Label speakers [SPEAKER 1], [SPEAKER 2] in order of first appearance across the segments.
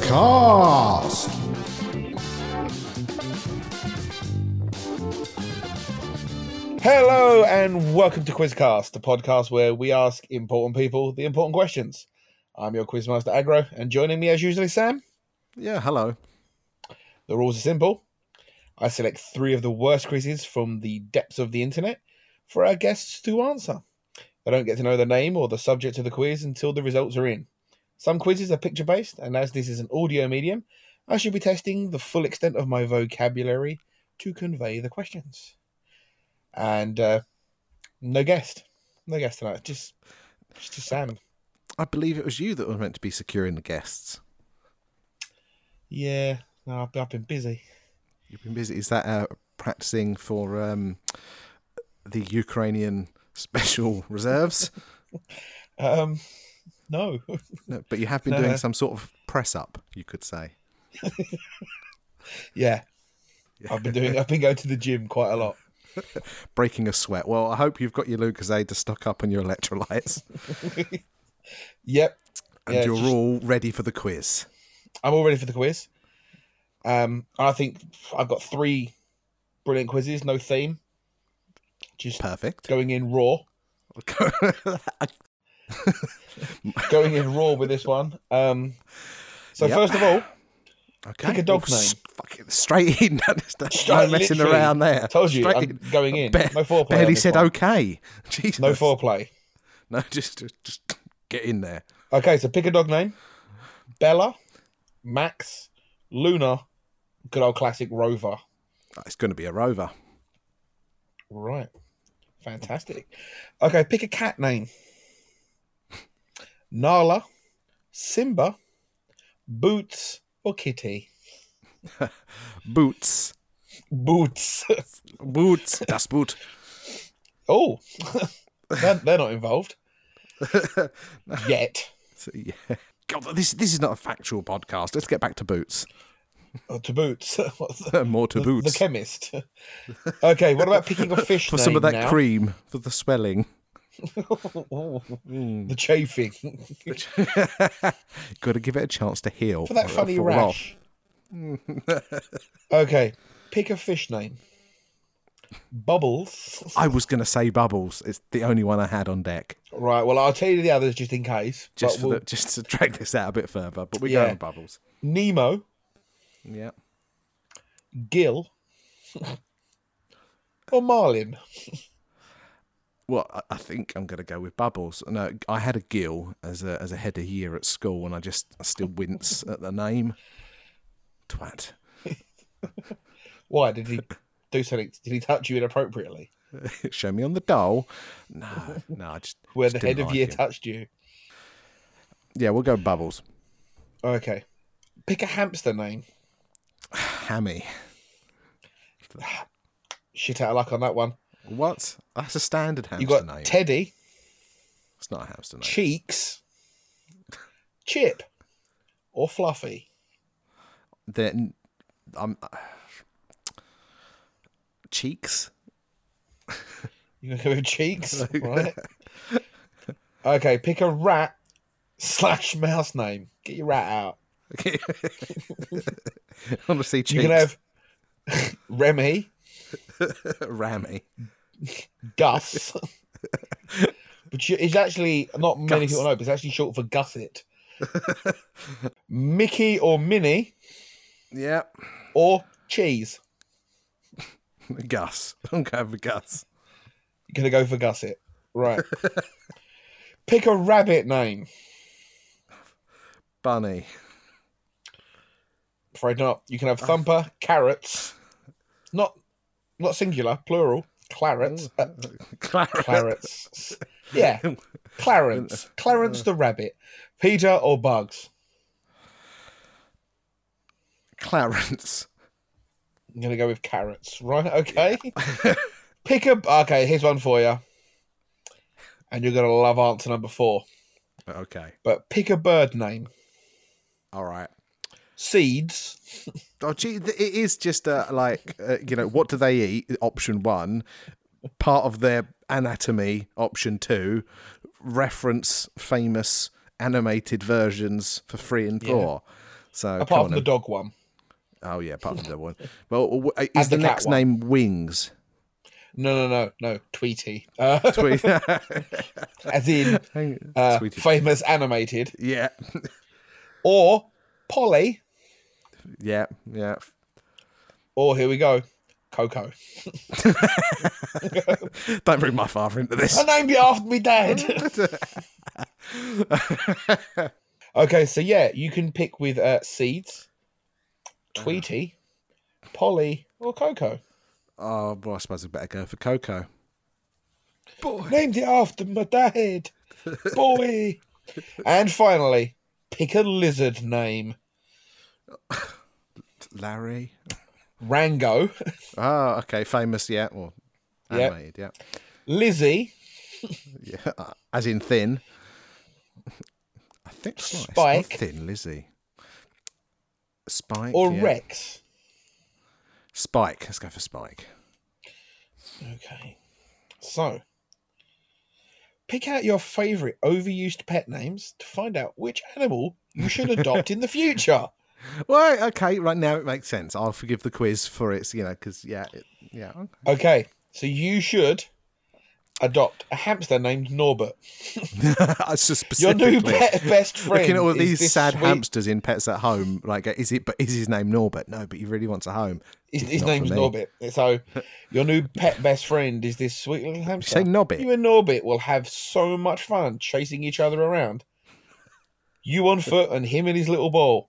[SPEAKER 1] Wizcast.
[SPEAKER 2] Hello and welcome to Quizcast, the podcast where we ask important people the important questions. I'm your quizmaster Agro, and joining me as usually, Sam.
[SPEAKER 3] Yeah, hello.
[SPEAKER 2] The rules are simple. I select three of the worst quizzes from the depths of the internet for our guests to answer. They don't get to know the name or the subject of the quiz until the results are in. Some quizzes are picture based, and as this is an audio medium, I should be testing the full extent of my vocabulary to convey the questions. And uh, no guest, no guest tonight. Just, just Sam.
[SPEAKER 3] I believe it was you that was meant to be securing the guests.
[SPEAKER 2] Yeah, no, I've, I've been busy.
[SPEAKER 3] You've been busy. Is that uh, practicing for um, the Ukrainian special reserves?
[SPEAKER 2] Um, no,
[SPEAKER 3] No, but you have been
[SPEAKER 2] No,
[SPEAKER 3] doing
[SPEAKER 2] no.
[SPEAKER 3] some sort of press up, you could say.
[SPEAKER 2] yeah, I've been doing. I've been going to the gym quite a lot.
[SPEAKER 3] Breaking a sweat. Well, I hope you've got your Lucasade to stock up on your electrolytes
[SPEAKER 2] Yep,
[SPEAKER 3] and
[SPEAKER 2] Yeah,
[SPEAKER 3] you're
[SPEAKER 2] just-
[SPEAKER 3] all ready for the quiz.
[SPEAKER 2] I'm all ready for the quiz. Um, I think I've got three brilliant quizzes, no theme, just
[SPEAKER 3] Perfect.
[SPEAKER 2] going in raw, going in raw with this one. Um, so
[SPEAKER 3] Yep.
[SPEAKER 2] first of all,
[SPEAKER 3] okay.
[SPEAKER 2] a dog's
[SPEAKER 3] Well,
[SPEAKER 2] name.
[SPEAKER 3] s- Fucking straight in. no messing
[SPEAKER 2] Straight- literally.
[SPEAKER 3] around there.
[SPEAKER 2] told you
[SPEAKER 3] Straight
[SPEAKER 2] I'm going in.
[SPEAKER 3] Ba-
[SPEAKER 2] no foreplay. on
[SPEAKER 3] barely
[SPEAKER 2] this
[SPEAKER 3] said
[SPEAKER 2] one.
[SPEAKER 3] okay. Jesus.
[SPEAKER 2] No foreplay.
[SPEAKER 3] No, just just get in there.
[SPEAKER 2] Okay, so pick a dog name: Bella, Max, Luna, good old classic Rover.
[SPEAKER 3] It's going to be a rover.
[SPEAKER 2] Right. Fantastic. Okay, pick a cat name. Nala, Simba, Boots, or Kitty?
[SPEAKER 3] Boots.
[SPEAKER 2] Boots.
[SPEAKER 3] Boots. Das Boot.
[SPEAKER 2] oh, they're, they're not involved. Yet.
[SPEAKER 3] So, yeah. God, this this is not a factual podcast. Let's get back to boots.
[SPEAKER 2] Or Oh, to Boots. What's the-
[SPEAKER 3] More to
[SPEAKER 2] the,
[SPEAKER 3] boots.
[SPEAKER 2] chemist. Okay, what about picking a fish
[SPEAKER 3] for
[SPEAKER 2] name
[SPEAKER 3] some of that
[SPEAKER 2] now? Oh,
[SPEAKER 3] cream for the swelling.
[SPEAKER 2] hmm.
[SPEAKER 3] Hmm.
[SPEAKER 2] the chafing.
[SPEAKER 3] Got to give it a chance to heal.
[SPEAKER 2] For that
[SPEAKER 3] or it'll
[SPEAKER 2] funny
[SPEAKER 3] fall
[SPEAKER 2] rash. okay, pick a fish name. Bubbles.
[SPEAKER 3] off. I was going to say bubbles. It's the only one I had on deck,
[SPEAKER 2] Right. Well, I'll tell you the others just in case.
[SPEAKER 3] just
[SPEAKER 2] But
[SPEAKER 3] for
[SPEAKER 2] we'll-
[SPEAKER 3] the, just to drag this out a bit further. But we're
[SPEAKER 2] Yeah.
[SPEAKER 3] going with bubbles.
[SPEAKER 2] Nemo,
[SPEAKER 3] Yeah.
[SPEAKER 2] Gill, or Marlin.
[SPEAKER 3] Well, I- I think I'm going to go with bubbles. No, I had a gill as a as a header year at school, and I just I still wince at the name. Twat.
[SPEAKER 2] Why did he do something? Did he touch you inappropriately?
[SPEAKER 3] Show me on the doll. No, no, I just
[SPEAKER 2] Where
[SPEAKER 3] just
[SPEAKER 2] the
[SPEAKER 3] didn't
[SPEAKER 2] head of
[SPEAKER 3] like
[SPEAKER 2] year
[SPEAKER 3] him.
[SPEAKER 2] touched you?
[SPEAKER 3] yeah, we'll go bubbles.
[SPEAKER 2] Okay. Pick a hamster name.
[SPEAKER 3] Hammy.
[SPEAKER 2] Shit out of luck on that one.
[SPEAKER 3] What? That's a standard hamster
[SPEAKER 2] You got
[SPEAKER 3] name.
[SPEAKER 2] Teddy,
[SPEAKER 3] it's not a hamster name.
[SPEAKER 2] Cheeks, Chip, or Fluffy.
[SPEAKER 3] Then I'm cheeks.
[SPEAKER 2] You gonna go with Cheeks, right? Okay. Pick a rat slash mouse name. Get your rat out.
[SPEAKER 3] Honestly, cheeks.
[SPEAKER 2] You can have Remy,
[SPEAKER 3] Rammy.
[SPEAKER 2] Gus, which is actually not many
[SPEAKER 3] Gus.
[SPEAKER 2] people know, but it's actually short for Gusset. Mickey or Minnie
[SPEAKER 3] Yeah,
[SPEAKER 2] or Cheese.
[SPEAKER 3] Gus. I'm going for Gus.
[SPEAKER 2] You're gonna go for Gusset, right? Pick a rabbit name.
[SPEAKER 3] Bunny.
[SPEAKER 2] Afraid not. You
[SPEAKER 3] Oh.
[SPEAKER 2] can have Thumper, Carrots, not not singular, plural. Clarets, uh,
[SPEAKER 3] Clarence.
[SPEAKER 2] Clarets, yeah, Clarence, Clarence the rabbit, Peter or Bugs.
[SPEAKER 3] Clarence.
[SPEAKER 2] I'm gonna go with carrots, right? Okay. Pick up. Okay, here's one for you, and you're gonna love answer number four.
[SPEAKER 3] Okay.
[SPEAKER 2] But pick a bird name.
[SPEAKER 3] All right.
[SPEAKER 2] Seeds.
[SPEAKER 3] Oh, gee, th- it is just uh, like uh, you know, what do they eat? Option one, part of their anatomy. Option two, reference famous animated versions for three and
[SPEAKER 2] Yeah.
[SPEAKER 3] four. So come
[SPEAKER 2] Apart
[SPEAKER 3] on
[SPEAKER 2] from the
[SPEAKER 3] then.
[SPEAKER 2] dog one.
[SPEAKER 3] oh yeah, apart from the one. Well, w- is
[SPEAKER 2] And
[SPEAKER 3] the,
[SPEAKER 2] the cat
[SPEAKER 3] next
[SPEAKER 2] one.
[SPEAKER 3] name Wings?
[SPEAKER 2] No, no, no, no. Tweety. Uh,
[SPEAKER 3] Tweet.
[SPEAKER 2] as in uh,
[SPEAKER 3] Sweetie.
[SPEAKER 2] famous animated.
[SPEAKER 3] yeah,
[SPEAKER 2] Or Polly.
[SPEAKER 3] yeah, yeah.
[SPEAKER 2] Or here we go. Coco.
[SPEAKER 3] Don't bring my father into this.
[SPEAKER 2] I named it after me dad. okay, so yeah, you can pick with uh, seeds, Tweety, Polly, or Coco.
[SPEAKER 3] Oh, well, I suppose I better go for Coco.
[SPEAKER 2] Named it after my dad. Boy. and finally, pick a lizard name.
[SPEAKER 3] Larry.
[SPEAKER 2] Rango,
[SPEAKER 3] Oh, okay. Famous, yeah. Well,
[SPEAKER 2] Yep.
[SPEAKER 3] animated, yeah.
[SPEAKER 2] Lizzie,
[SPEAKER 3] Yeah, uh, as in thin. I think slice, not
[SPEAKER 2] Spike.
[SPEAKER 3] thin Lizzie. Spike
[SPEAKER 2] or
[SPEAKER 3] yeah.
[SPEAKER 2] Rex.
[SPEAKER 3] Spike. Let's go for Spike.
[SPEAKER 2] Okay. So, pick out your favorite overused pet names to find out which animal you should adopt in the future.
[SPEAKER 3] Well, okay. Right now it makes sense. I'll forgive the quiz for its, you know, because yeah, it, yeah.
[SPEAKER 2] Okay, so you should adopt a hamster named Norbert.
[SPEAKER 3] That's just
[SPEAKER 2] Your
[SPEAKER 3] specifically.
[SPEAKER 2] new pet, best friend.
[SPEAKER 3] Looking at all
[SPEAKER 2] is
[SPEAKER 3] these
[SPEAKER 2] this
[SPEAKER 3] sad
[SPEAKER 2] sweet-
[SPEAKER 3] hamsters in pets at home, like, is it? But is his name Norbert? No, but he really wants a home.
[SPEAKER 2] His,
[SPEAKER 3] It's
[SPEAKER 2] his
[SPEAKER 3] not for
[SPEAKER 2] name's
[SPEAKER 3] me.
[SPEAKER 2] Norbert. So, your new pet best friend is this sweet little hamster.
[SPEAKER 3] Say Nobbit.
[SPEAKER 2] You and Norbit will have so much fun chasing each other around. You on foot and him in his little ball.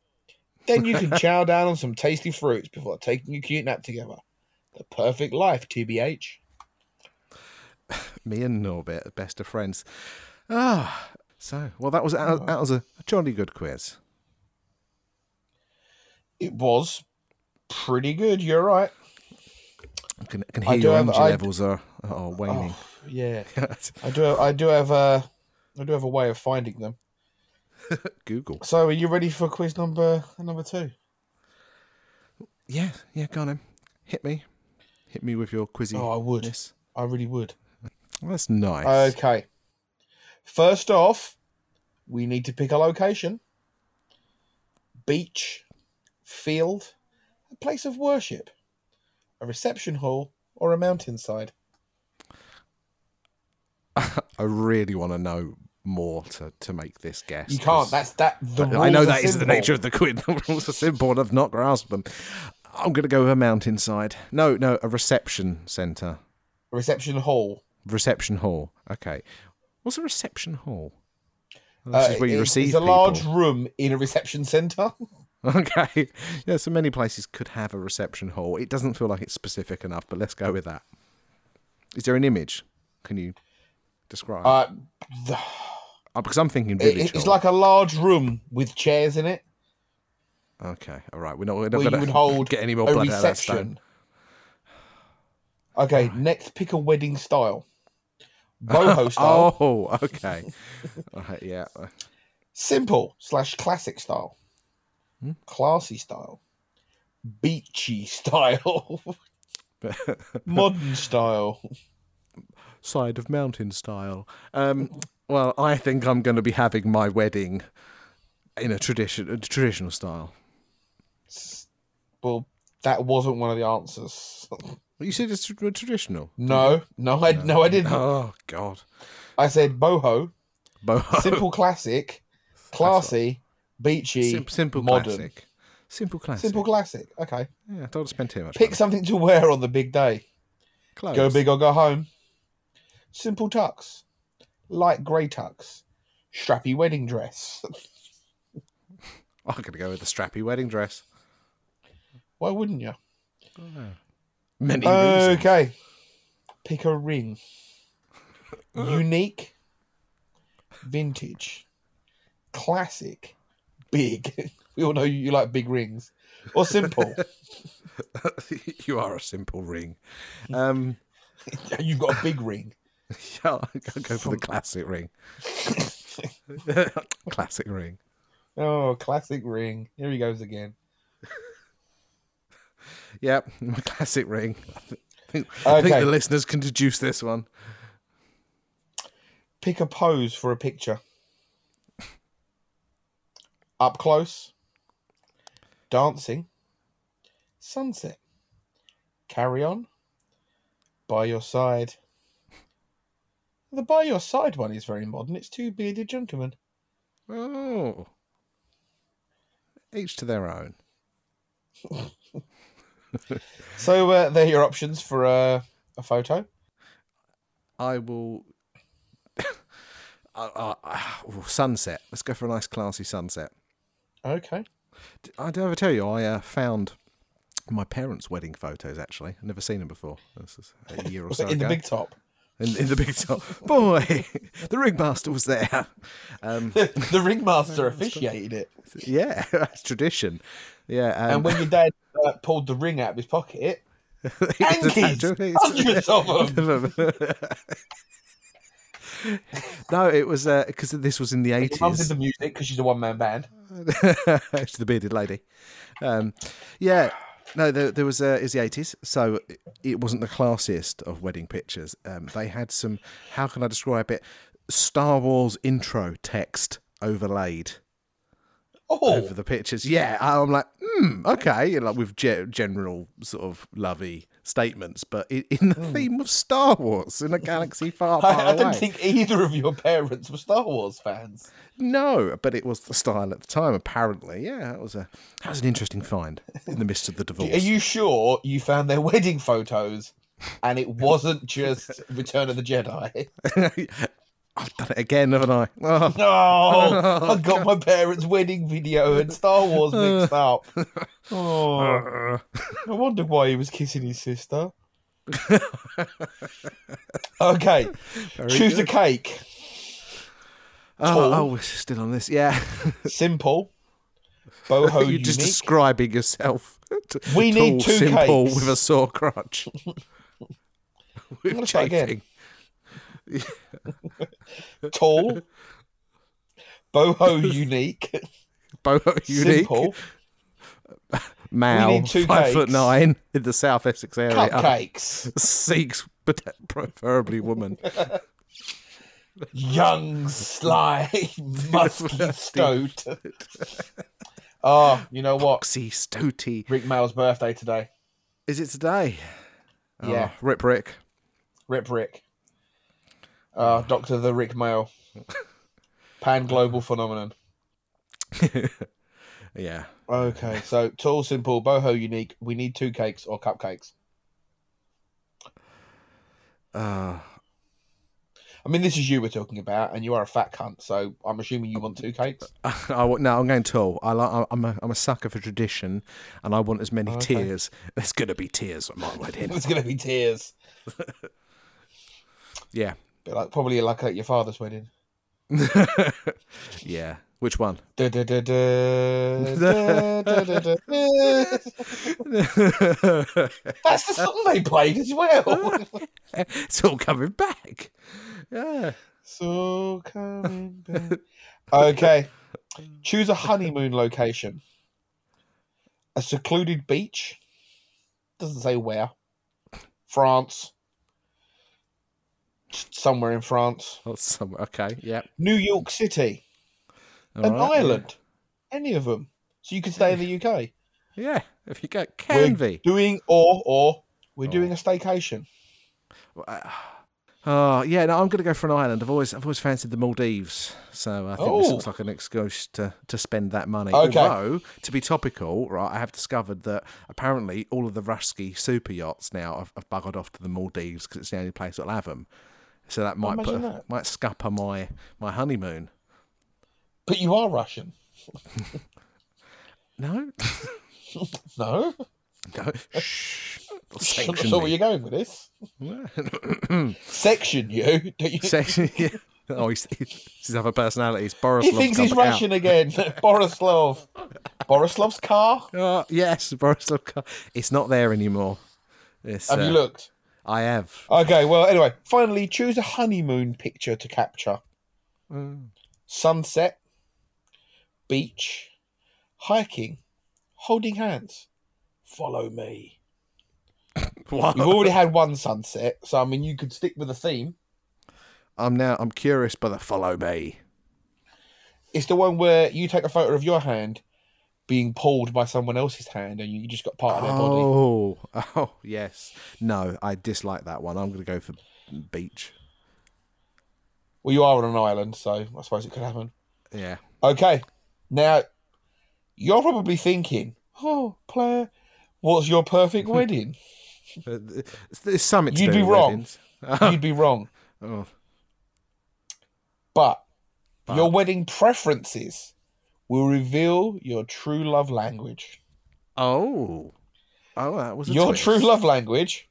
[SPEAKER 2] Then you can chow down on some tasty fruits before taking a cute nap together. The perfect life, TBH.
[SPEAKER 3] me and Norbit are best of friends. Ah, so well that was
[SPEAKER 2] Oh.
[SPEAKER 3] that, that was a jolly good quiz.
[SPEAKER 2] It was pretty good. You're right.
[SPEAKER 3] I can, I can
[SPEAKER 2] I
[SPEAKER 3] hear
[SPEAKER 2] do
[SPEAKER 3] your
[SPEAKER 2] have-
[SPEAKER 3] energy
[SPEAKER 2] I d- Oh.
[SPEAKER 3] levels are are waning.
[SPEAKER 2] Yeah, I do. I do have a. I do have a way of finding them.
[SPEAKER 3] Google.
[SPEAKER 2] So, are you ready for quiz number number two?
[SPEAKER 3] Yeah, yeah, go on. Then. Hit me, hit me with your quizzy.
[SPEAKER 2] Oh, I would.
[SPEAKER 3] Yes,
[SPEAKER 2] I really would.
[SPEAKER 3] well, that's nice.
[SPEAKER 2] Okay. First off, we need to pick a location. Beach, field, a place of worship, a reception hall, or a mountainside.
[SPEAKER 3] I really want to know more to, to make this guess.
[SPEAKER 2] You
[SPEAKER 3] 'cause
[SPEAKER 2] can't. That's that. The
[SPEAKER 3] I know
[SPEAKER 2] rules are
[SPEAKER 3] that is the
[SPEAKER 2] simple.
[SPEAKER 3] nature of the quiz. The rules are simple, and I've not grasped them. I'm going to go with a mountainside. No, no, a reception centre,
[SPEAKER 2] Reception hall.
[SPEAKER 3] reception hall. Okay, what's a reception hall?
[SPEAKER 2] Uh,
[SPEAKER 3] This is where you
[SPEAKER 2] it's-
[SPEAKER 3] receive
[SPEAKER 2] It's a large
[SPEAKER 3] people.
[SPEAKER 2] room in a reception centre.
[SPEAKER 3] Okay. Yeah, so many places could have a reception hall. It doesn't feel like it's specific enough, but let's go with that. Is there an image? Can you describe?
[SPEAKER 2] Uh,
[SPEAKER 3] oh, because I'm thinking
[SPEAKER 2] it-
[SPEAKER 3] village.
[SPEAKER 2] it's
[SPEAKER 3] hall.
[SPEAKER 2] like a large room with chairs in it
[SPEAKER 3] okay, all right. We're not. We're not
[SPEAKER 2] where you
[SPEAKER 3] going
[SPEAKER 2] would
[SPEAKER 3] to
[SPEAKER 2] hold
[SPEAKER 3] get any more
[SPEAKER 2] a
[SPEAKER 3] blood out of that stone.
[SPEAKER 2] reception. Okay, next pick a wedding style. Boho style.
[SPEAKER 3] Oh, okay. all right, yeah.
[SPEAKER 2] Simple slash classic style.
[SPEAKER 3] Hmm?
[SPEAKER 2] Classy style. Beachy style. Modern style.
[SPEAKER 3] Side of mountain style. Um, well, I think I'm going to be having my wedding in a tradition, a traditional style.
[SPEAKER 2] Well, that wasn't one of the answers.
[SPEAKER 3] You said it's tra- traditional.
[SPEAKER 2] No, no, I, no. I didn't.
[SPEAKER 3] Oh God.
[SPEAKER 2] I said boho,
[SPEAKER 3] Boho.
[SPEAKER 2] simple classic, classy, beachy,
[SPEAKER 3] Sim- simple
[SPEAKER 2] modern.
[SPEAKER 3] classic. Simple classic.
[SPEAKER 2] Simple classic. Okay.
[SPEAKER 3] yeah, don't spend too much.
[SPEAKER 2] Pick something to wear on the big day.
[SPEAKER 3] money.
[SPEAKER 2] Go
[SPEAKER 3] Clothes.
[SPEAKER 2] big or go home. Simple tux. Light grey tux. Strappy wedding dress.
[SPEAKER 3] I'm going to go with the strappy wedding dress.
[SPEAKER 2] Why wouldn't you?
[SPEAKER 3] Many reasons.
[SPEAKER 2] Oh, Okay. Pick a ring. Unique. Vintage. Classic. Big. We all know you like big rings. Or simple.
[SPEAKER 3] you are a simple ring. Um,
[SPEAKER 2] You've got a big ring.
[SPEAKER 3] yeah, I'll go for the classic ring. classic ring.
[SPEAKER 2] Oh, classic ring. Here he goes again.
[SPEAKER 3] Yep, my classic ring. I think, I think
[SPEAKER 2] Okay.
[SPEAKER 3] the listeners can deduce this one.
[SPEAKER 2] Pick a pose for a picture. Up close. Dancing. Sunset. Carry on. By your side. The by your side one is very modern. It's two bearded gentlemen.
[SPEAKER 3] Oh. Each to their own.
[SPEAKER 2] So uh, they're your options for uh, a photo.
[SPEAKER 3] I will. I, I, I- oh, sunset. Let's go for a nice, classy sunset.
[SPEAKER 2] Okay.
[SPEAKER 3] D- I did ever tell you I uh, found my parents' wedding photos. Actually, I've never seen them before. This is a year or so
[SPEAKER 2] in the
[SPEAKER 3] ago.
[SPEAKER 2] big top.
[SPEAKER 3] in, in the big top. Boy, the ringmaster was there. Um,
[SPEAKER 2] the ringmaster officiated it.
[SPEAKER 3] yeah, that's tradition. Yeah,
[SPEAKER 2] And
[SPEAKER 3] um,
[SPEAKER 2] when your dad uh, pulled the ring out of his pocket,
[SPEAKER 3] it was a
[SPEAKER 2] Yankees,
[SPEAKER 3] tattoo.
[SPEAKER 2] hundreds of them.
[SPEAKER 3] no, it was because this was in the
[SPEAKER 2] Your mum did
[SPEAKER 3] eighties.
[SPEAKER 2] the music because she's a one man band.
[SPEAKER 3] it's the bearded lady. Um, yeah, no, there, there was uh, it was the eighties, so it- it wasn't the classiest of wedding pictures. Um, they had some. How can I describe it? Star Wars intro text overlaid.
[SPEAKER 2] Oh,
[SPEAKER 3] over the pictures. Yeah, I'm like, hmm, okay, you know, like with ge- general sort of lovey statements, but i- in the theme of Star Wars in a galaxy far, far
[SPEAKER 2] Hmm. I, I
[SPEAKER 3] away.
[SPEAKER 2] don't think either of your parents were Star Wars fans.
[SPEAKER 3] No, but it was the style at the time. Apparently, yeah, that was a that was an interesting find in the midst of the
[SPEAKER 2] Are
[SPEAKER 3] divorce.
[SPEAKER 2] you sure you found their wedding photos and it wasn't just Return of the Jedi?
[SPEAKER 3] I've done it again, haven't I? Oh,
[SPEAKER 2] No, I got my parents' wedding video and Star Wars mixed up. Oh, I wonder why he was kissing his sister. Okay,
[SPEAKER 3] very
[SPEAKER 2] choose
[SPEAKER 3] good.
[SPEAKER 2] a cake.
[SPEAKER 3] oh,
[SPEAKER 2] tall.
[SPEAKER 3] oh, we're still on this. Yeah,
[SPEAKER 2] Simple, boho
[SPEAKER 3] you're
[SPEAKER 2] Oh, unique.
[SPEAKER 3] just describing yourself. T-
[SPEAKER 2] We need
[SPEAKER 3] tall,
[SPEAKER 2] two
[SPEAKER 3] simple
[SPEAKER 2] cakes.
[SPEAKER 3] with a sore crotch. With
[SPEAKER 2] gonna try again.
[SPEAKER 3] chafing.
[SPEAKER 2] Tall, boho unique.
[SPEAKER 3] Boho unique.
[SPEAKER 2] Simple,
[SPEAKER 3] Mal,
[SPEAKER 2] We need two
[SPEAKER 3] five
[SPEAKER 2] cakes.
[SPEAKER 3] foot nine in the South Essex area.
[SPEAKER 2] cupcakes,
[SPEAKER 3] Seeks, but preferably woman.
[SPEAKER 2] young, sly, musky stoat. Oh, you know what?
[SPEAKER 3] Oxy Stooty.
[SPEAKER 2] Rick Mail's birthday today.
[SPEAKER 3] Is it today?
[SPEAKER 2] Yeah.
[SPEAKER 3] Oh, Rip Rick.
[SPEAKER 2] Rip Rick. Uh, Doctor the Rick Mail. Pan global phenomenon.
[SPEAKER 3] Yeah.
[SPEAKER 2] Okay, so tall, simple, boho, unique. We need two cakes or cupcakes.
[SPEAKER 3] Uh,
[SPEAKER 2] I mean, this is you we're talking about, and you are a fat cunt, so I'm assuming you want two cakes.
[SPEAKER 3] I, wa- no, I'm going tall. I like, I'm, a, I'm a sucker for tradition and I want as many
[SPEAKER 2] Okay.
[SPEAKER 3] tears. There's going to be tears at my wedding.
[SPEAKER 2] There's going to be tears.
[SPEAKER 3] yeah.
[SPEAKER 2] Bit like probably like at your father's wedding.
[SPEAKER 3] yeah. Which one?
[SPEAKER 2] Da, da, da, da, da, da, da, da, da. That's the song they played as well.
[SPEAKER 3] it's all coming back. Yeah.
[SPEAKER 2] so coming back. Okay, choose a honeymoon location. A secluded beach. Doesn't say where. France. S- Somewhere in France.
[SPEAKER 3] That's Oh, somewhere. Okay. Yeah.
[SPEAKER 2] New York City.
[SPEAKER 3] All
[SPEAKER 2] An
[SPEAKER 3] right, yeah.
[SPEAKER 2] island. Any of them. So you can stay in the UK.
[SPEAKER 3] Yeah, if you go
[SPEAKER 2] We're
[SPEAKER 3] Canvey.
[SPEAKER 2] doing or or we're doing a staycation.
[SPEAKER 3] Oh yeah, no, I'm going to go for an island. I've always, I've always fancied the Maldives, so I think this
[SPEAKER 2] Oh.
[SPEAKER 3] looks like an excuse to, to spend that money.
[SPEAKER 2] Okay.
[SPEAKER 3] Although, to be topical, right, I have discovered that apparently all of the Ruski super yachts now have, have buggered off to the Maldives because it's the only place that'll have them. So that might put,
[SPEAKER 2] Imagine that.
[SPEAKER 3] might scupper my my honeymoon.
[SPEAKER 2] But you are Russian.
[SPEAKER 3] No,
[SPEAKER 2] No?
[SPEAKER 3] no. Shh. They'll
[SPEAKER 2] I'm not
[SPEAKER 3] sanction
[SPEAKER 2] sure where
[SPEAKER 3] me.
[SPEAKER 2] you're going with this. Section you. Don't you-
[SPEAKER 3] Section. Yeah. Oh, he's, he's his other personality. He's Boris.
[SPEAKER 2] he thinks he's Russian again. Borislav. Borislav's car?
[SPEAKER 3] Oh, yes, Borislav Ka- It's not there anymore. It's,
[SPEAKER 2] Have
[SPEAKER 3] uh,
[SPEAKER 2] you looked?
[SPEAKER 3] I have.
[SPEAKER 2] Okay, well, anyway, finally, choose a honeymoon picture to capture sunset, beach, hiking, holding hands. Follow me.
[SPEAKER 3] What?
[SPEAKER 2] You've already had one sunset, so I mean, you could stick with the theme.
[SPEAKER 3] I'm now. I'm curious by the follow me.
[SPEAKER 2] It's the one where you take a photo of your hand being pulled by someone else's hand, and you you just got part of their body.
[SPEAKER 3] Oh, oh yes. No, I dislike that one. I'm going to go for beach.
[SPEAKER 2] Well, you are on an island, so I suppose it could happen.
[SPEAKER 3] Yeah.
[SPEAKER 2] Okay, now you're probably thinking, "Oh, Claire, what's your perfect wedding?"
[SPEAKER 3] But th- There's something to
[SPEAKER 2] You'd
[SPEAKER 3] do
[SPEAKER 2] be
[SPEAKER 3] with
[SPEAKER 2] wrong.
[SPEAKER 3] weddings.
[SPEAKER 2] You'd be wrong.
[SPEAKER 3] Oh,
[SPEAKER 2] But,
[SPEAKER 3] But.
[SPEAKER 2] your wedding preferences will reveal your true love language.
[SPEAKER 3] oh, Oh, that was a
[SPEAKER 2] Your
[SPEAKER 3] twist.
[SPEAKER 2] true love language,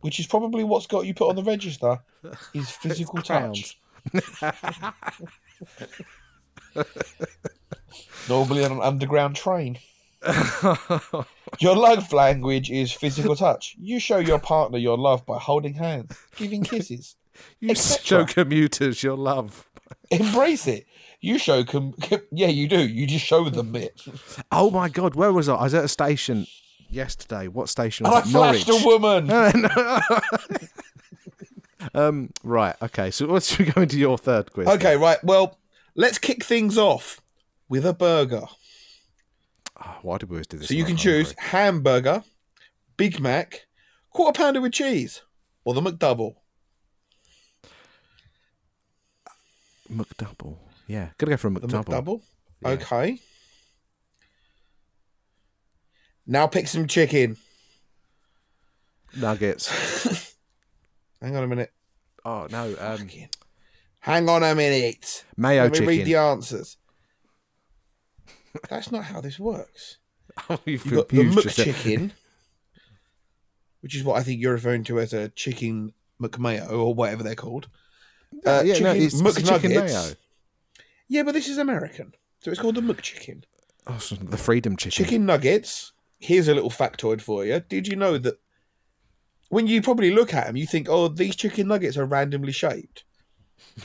[SPEAKER 2] which is probably what's got you put on the register, is physical touch. Normally on an underground train. Your love language is physical touch. You show your partner your love by holding hands, giving kisses.
[SPEAKER 3] you
[SPEAKER 2] et cetera.
[SPEAKER 3] show commuters your love.
[SPEAKER 2] Embrace it. You show com- com- yeah, you do. You just show them it.
[SPEAKER 3] Oh my God, where was I? I was at a station yesterday. What station
[SPEAKER 2] And I
[SPEAKER 3] was it?
[SPEAKER 2] flashed
[SPEAKER 3] Norwich.
[SPEAKER 2] a woman.
[SPEAKER 3] um, right. Okay. So let's go into your third quiz. then?
[SPEAKER 2] Okay, right. Well, let's kick things off with a burger.
[SPEAKER 3] Oh, why do we always do this?
[SPEAKER 2] So you
[SPEAKER 3] when
[SPEAKER 2] can
[SPEAKER 3] I'm
[SPEAKER 2] choose
[SPEAKER 3] hungry?
[SPEAKER 2] hamburger, Big Mac, quarter pounder with cheese, or the McDouble.
[SPEAKER 3] McDouble. Yeah, gotta go for a
[SPEAKER 2] The
[SPEAKER 3] McDouble.
[SPEAKER 2] McDouble.
[SPEAKER 3] Yeah.
[SPEAKER 2] Okay. Now pick some chicken.
[SPEAKER 3] Nuggets.
[SPEAKER 2] Hang on a minute.
[SPEAKER 3] Oh no, um,
[SPEAKER 2] Chicken. Hang on a minute.
[SPEAKER 3] mayo
[SPEAKER 2] Let me
[SPEAKER 3] chicken.
[SPEAKER 2] read the answers. That's not how this works.
[SPEAKER 3] Oh, you've
[SPEAKER 2] You've got the
[SPEAKER 3] confused yourself.
[SPEAKER 2] McChicken, which is what I think you're referring to as a chicken McMayo or whatever they're called. Uh,
[SPEAKER 3] yeah, no,
[SPEAKER 2] chicken
[SPEAKER 3] it's, it's chicken
[SPEAKER 2] McNuggets.
[SPEAKER 3] mayo.
[SPEAKER 2] Yeah, but this is American, so it's called the McChicken.
[SPEAKER 3] Oh, so the freedom chicken.
[SPEAKER 2] Chicken nuggets. Here's a little factoid for you. Did you know that when you probably look at them, you think, "Oh, these chicken nuggets are randomly shaped,"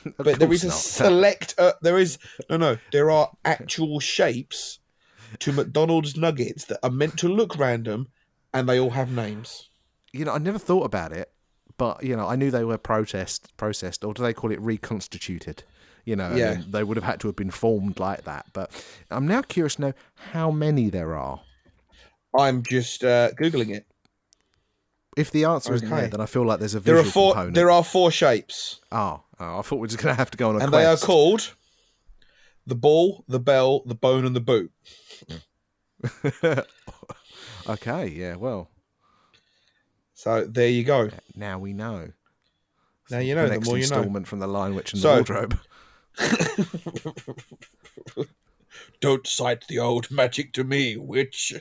[SPEAKER 3] Of
[SPEAKER 2] but there
[SPEAKER 3] course
[SPEAKER 2] is a
[SPEAKER 3] not.
[SPEAKER 2] select. Uh, there is no, no. There are actual shapes to McDonald's nuggets that are meant to look random, and they all have names.
[SPEAKER 3] you know, I never thought about it, but you know, I knew they were protest processed, or do they call it reconstituted? You know, and
[SPEAKER 2] Yeah.
[SPEAKER 3] then they would have had to have been formed like that. But I'm now curious to know how many there are.
[SPEAKER 2] I'm just uh, googling it.
[SPEAKER 3] If the answer isn't
[SPEAKER 2] Okay.
[SPEAKER 3] there, then I feel like there's a
[SPEAKER 2] There
[SPEAKER 3] visual
[SPEAKER 2] are four.
[SPEAKER 3] component.
[SPEAKER 2] There are four shapes,
[SPEAKER 3] oh, oh, I thought we were just going to have to go on a
[SPEAKER 2] and
[SPEAKER 3] quest.
[SPEAKER 2] they are called the ball, the bell, the bone, and the boot.
[SPEAKER 3] okay, yeah, well,
[SPEAKER 2] So there you go.
[SPEAKER 3] now we know.
[SPEAKER 2] Now you know.
[SPEAKER 3] the
[SPEAKER 2] The,
[SPEAKER 3] next
[SPEAKER 2] more you know.
[SPEAKER 3] installment from the Lion Witch and
[SPEAKER 2] So-
[SPEAKER 3] the Wardrobe.
[SPEAKER 2] Don't cite the old magic to me, witch.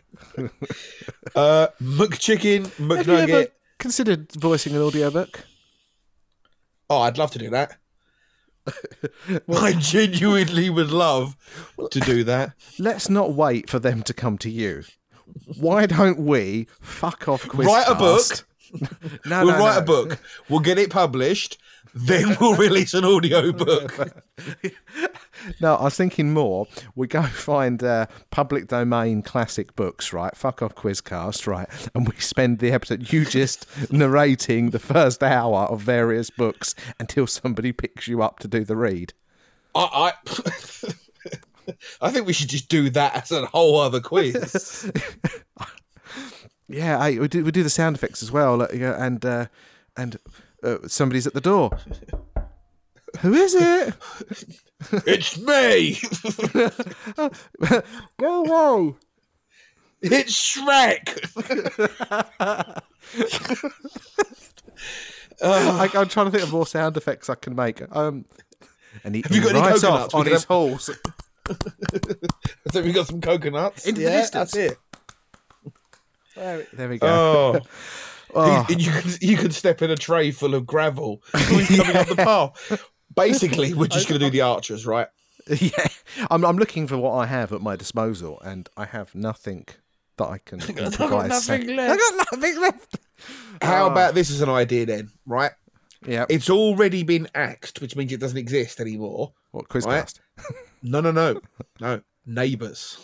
[SPEAKER 2] uh, McChicken,
[SPEAKER 3] Have you ever
[SPEAKER 2] McNugget.
[SPEAKER 3] considered voicing an audiobook?
[SPEAKER 2] Oh, I'd love to do that. I genuinely would love to do that.
[SPEAKER 3] Let's not wait for them to come to you. Why don't we fuck off Quizcast?
[SPEAKER 2] Write a book.
[SPEAKER 3] No,
[SPEAKER 2] We'll
[SPEAKER 3] no,
[SPEAKER 2] write a
[SPEAKER 3] no.
[SPEAKER 2] book. We'll get it published. Then we'll release an audio book.
[SPEAKER 3] No, I was thinking more. We go find uh, public domain classic books, right? Fuck off Quizcast, right? And we spend the episode you just narrating the first hour of various books until somebody picks you up to do the read.
[SPEAKER 2] I, I, I think we should just do that as a whole other quiz.
[SPEAKER 3] Yeah, I, we do. We do the sound effects as well, like, yeah, and uh, and uh, somebody's at the door. Who is it?
[SPEAKER 2] it's me.
[SPEAKER 3] Go away!
[SPEAKER 2] It's Shrek.
[SPEAKER 3] I, I'm trying to think of more sound effects I can make. Um, and he,
[SPEAKER 2] you
[SPEAKER 3] he
[SPEAKER 2] got any
[SPEAKER 3] rides off
[SPEAKER 2] coconuts? We
[SPEAKER 3] on
[SPEAKER 2] could
[SPEAKER 3] his
[SPEAKER 2] have-
[SPEAKER 3] horse.
[SPEAKER 2] so we got some coconuts.
[SPEAKER 3] Into the
[SPEAKER 2] yeah,
[SPEAKER 3] distance.
[SPEAKER 2] That's it.
[SPEAKER 3] There we go. Oh.
[SPEAKER 2] Oh.
[SPEAKER 3] Ah.
[SPEAKER 2] You, you can you can step in a tray full of gravel coming up the path. Basically, we're just going to do the archers, right?
[SPEAKER 3] yeah, I'm, I'm looking for what I have at my disposal, and I have nothing that I can improvise.
[SPEAKER 2] nothing
[SPEAKER 3] I got nothing left.
[SPEAKER 2] How
[SPEAKER 3] Ah.
[SPEAKER 2] about this as an idea then, right?
[SPEAKER 3] Yeah.
[SPEAKER 2] It's already been axed, which means it doesn't exist anymore.
[SPEAKER 3] what Quizcast?
[SPEAKER 2] right. No, no, no, no. Neighbours.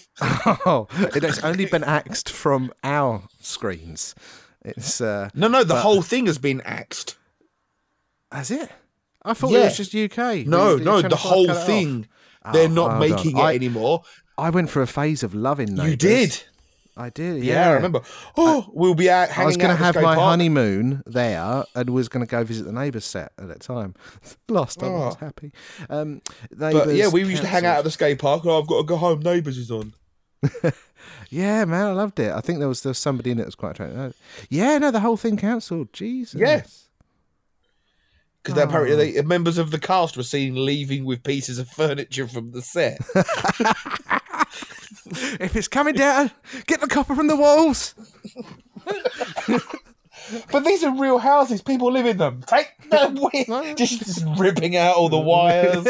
[SPEAKER 3] Oh, it's only been axed from our screens. It's uh,
[SPEAKER 2] No, no. The whole thing has been axed.
[SPEAKER 3] has it? I thought it
[SPEAKER 2] Yeah.
[SPEAKER 3] was just UK.
[SPEAKER 2] No,
[SPEAKER 3] Did- did
[SPEAKER 2] no.
[SPEAKER 3] Channel
[SPEAKER 2] The
[SPEAKER 3] five
[SPEAKER 2] whole
[SPEAKER 3] cut it off?
[SPEAKER 2] thing They're
[SPEAKER 3] Oh,
[SPEAKER 2] not
[SPEAKER 3] hold on.
[SPEAKER 2] making
[SPEAKER 3] I-
[SPEAKER 2] it anymore.
[SPEAKER 3] I went through a phase of loving neighbours.
[SPEAKER 2] You did.
[SPEAKER 3] I did.
[SPEAKER 2] Yeah, I remember. Oh, we'll be out hanging
[SPEAKER 3] I was going to
[SPEAKER 2] out at
[SPEAKER 3] have
[SPEAKER 2] Skate
[SPEAKER 3] my
[SPEAKER 2] Park.
[SPEAKER 3] honeymoon there and was going to go visit the neighbours set at that time. Last time I was
[SPEAKER 2] Oh.
[SPEAKER 3] happy. Um,
[SPEAKER 2] But
[SPEAKER 3] neighbours
[SPEAKER 2] yeah, we used to hang out
[SPEAKER 3] cancelled.
[SPEAKER 2] at the skate park. Oh, I've got to go home. Neighbours is on.
[SPEAKER 3] Yeah, man, I loved it. I think there was there was somebody in it that was quite attractive. Uh, Yeah, no, the whole thing cancelled. Jesus.
[SPEAKER 2] Yeah. Because
[SPEAKER 3] Oh.
[SPEAKER 2] apparently they, members of the cast were seen leaving with pieces of furniture from the set.
[SPEAKER 3] If it's coming down, get the copper from the walls.
[SPEAKER 2] but these are real houses. People live in them. Take them with. just, just ripping out all the wires.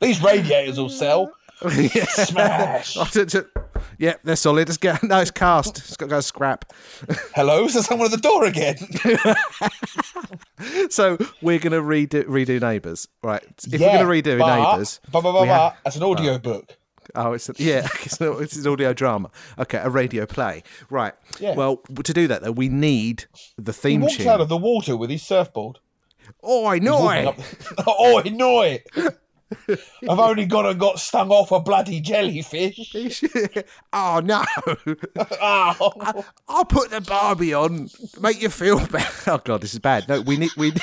[SPEAKER 2] these radiators will sell. Smash.
[SPEAKER 3] I said to- yeah, they're solid. It's got, no, it's cast. It's got to go scrap.
[SPEAKER 2] Hello, is there someone at the door again?
[SPEAKER 3] So we're gonna redo redo neighbours, right? If we're gonna redo
[SPEAKER 2] but-
[SPEAKER 3] neighbours,
[SPEAKER 2] But, but, but,
[SPEAKER 3] we have-
[SPEAKER 2] but, that's an audio book.
[SPEAKER 3] Oh, it's yeah, it's, an, it's an audio drama. Okay, a radio play. Right.
[SPEAKER 2] Yeah.
[SPEAKER 3] Well, to do that though, we need the
[SPEAKER 2] He
[SPEAKER 3] theme
[SPEAKER 2] walks
[SPEAKER 3] tune.
[SPEAKER 2] out of the water with his surfboard.
[SPEAKER 3] oh, I know.
[SPEAKER 2] Walking up- Oi, no it. I've only gone and got stung off a bloody jellyfish. Ah.
[SPEAKER 3] oh no!
[SPEAKER 2] Ow.
[SPEAKER 3] I'll put the Barbie on, make you feel bad. Oh god, this is bad. No, we need we need.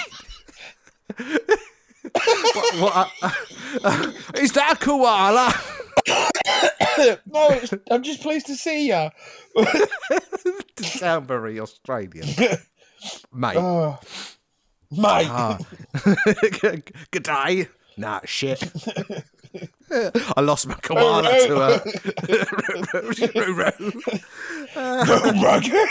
[SPEAKER 3] what, what, uh, uh, is that a koala?
[SPEAKER 2] no, it's, I'm just pleased to see you.
[SPEAKER 3] Doesn't sound very Australian, mate.
[SPEAKER 2] Mate,
[SPEAKER 3] Ah. Good day. Nah, shit. I lost my koala to uh, Roo-roo.
[SPEAKER 2] Oh Rugby,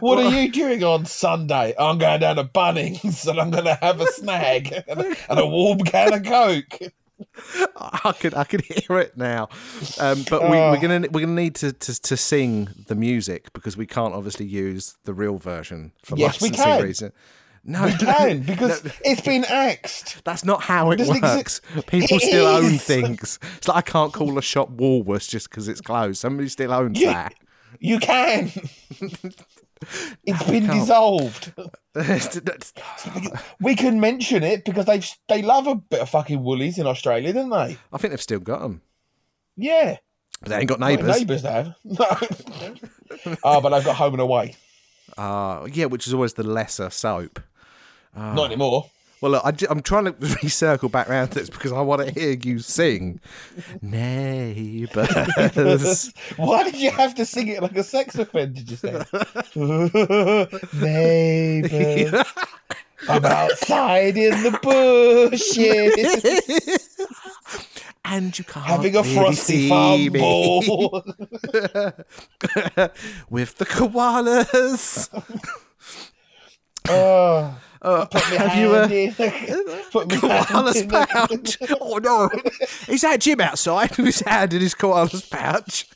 [SPEAKER 2] what are you doing on Sunday? I'm going down to Bunnings and I'm going to have a snag and a, and a warm can of Coke.
[SPEAKER 3] I could I could hear it now, um, but we,
[SPEAKER 2] Oh.
[SPEAKER 3] we're gonna we're gonna need to, to to sing the music because we can't obviously use the real version for
[SPEAKER 2] Yes, we
[SPEAKER 3] licensing
[SPEAKER 2] can.
[SPEAKER 3] reason. No,
[SPEAKER 2] We can because it's been axed.
[SPEAKER 3] that's not how it
[SPEAKER 2] doesn't
[SPEAKER 3] works.
[SPEAKER 2] exist.
[SPEAKER 3] People
[SPEAKER 2] It
[SPEAKER 3] still own
[SPEAKER 2] is.
[SPEAKER 3] things. It's like I can't call a shop Woolworths just because it's closed. Somebody still owns
[SPEAKER 2] Yeah.
[SPEAKER 3] that.
[SPEAKER 2] You can. It's been dissolved. We can mention it because they they love a bit of fucking woolies in Australia, don't they?
[SPEAKER 3] I think they've still got them.
[SPEAKER 2] Yeah,
[SPEAKER 3] But they ain't got
[SPEAKER 2] My
[SPEAKER 3] neighbours.
[SPEAKER 2] neighbours have. No. oh, but I've got home and away.
[SPEAKER 3] Ah, yeah, which is always the lesser soap. Ah.
[SPEAKER 2] Not anymore.
[SPEAKER 3] Well, look, I, am trying to recircle back round to this because I want to hear you sing. Neighbours.
[SPEAKER 2] Why did you have to sing it like a sex offender just then? Neighbours, I'm outside in the bushes
[SPEAKER 3] and you can't
[SPEAKER 2] having a
[SPEAKER 3] really
[SPEAKER 2] frosty
[SPEAKER 3] see me
[SPEAKER 2] fumble.
[SPEAKER 3] with the koalas.
[SPEAKER 2] Oh,
[SPEAKER 3] Uh,
[SPEAKER 2] put me
[SPEAKER 3] have
[SPEAKER 2] hand
[SPEAKER 3] you a
[SPEAKER 2] in. Put me hand
[SPEAKER 3] koala's
[SPEAKER 2] in the-
[SPEAKER 3] pouch? Oh no! Is that Jim outside with his hand in his koala's pouch?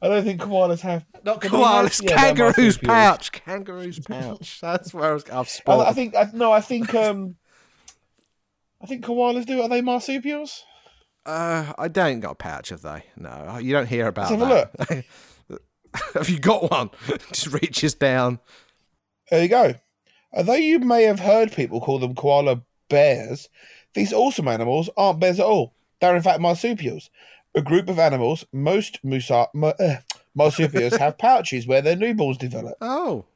[SPEAKER 2] I don't think koalas have. Not
[SPEAKER 3] Koala's kangaroo's pouch. Kangaroo's pouch. That's where I was. I've
[SPEAKER 2] I, I
[SPEAKER 3] spoiled.
[SPEAKER 2] think I, no. I think um, I think koalas do. Are they marsupials?
[SPEAKER 3] Uh, I don't got a pouch, have they? No, you don't hear about
[SPEAKER 2] Let's have
[SPEAKER 3] that.
[SPEAKER 2] a
[SPEAKER 3] have you got one? Just reaches down.
[SPEAKER 2] There you go. Although you may have heard people call them koala bears, these awesome animals aren't bears at all. They're in fact marsupials, a group of animals. Most musa, mu- uh, marsupials have pouches where their newborns develop.
[SPEAKER 3] Oh.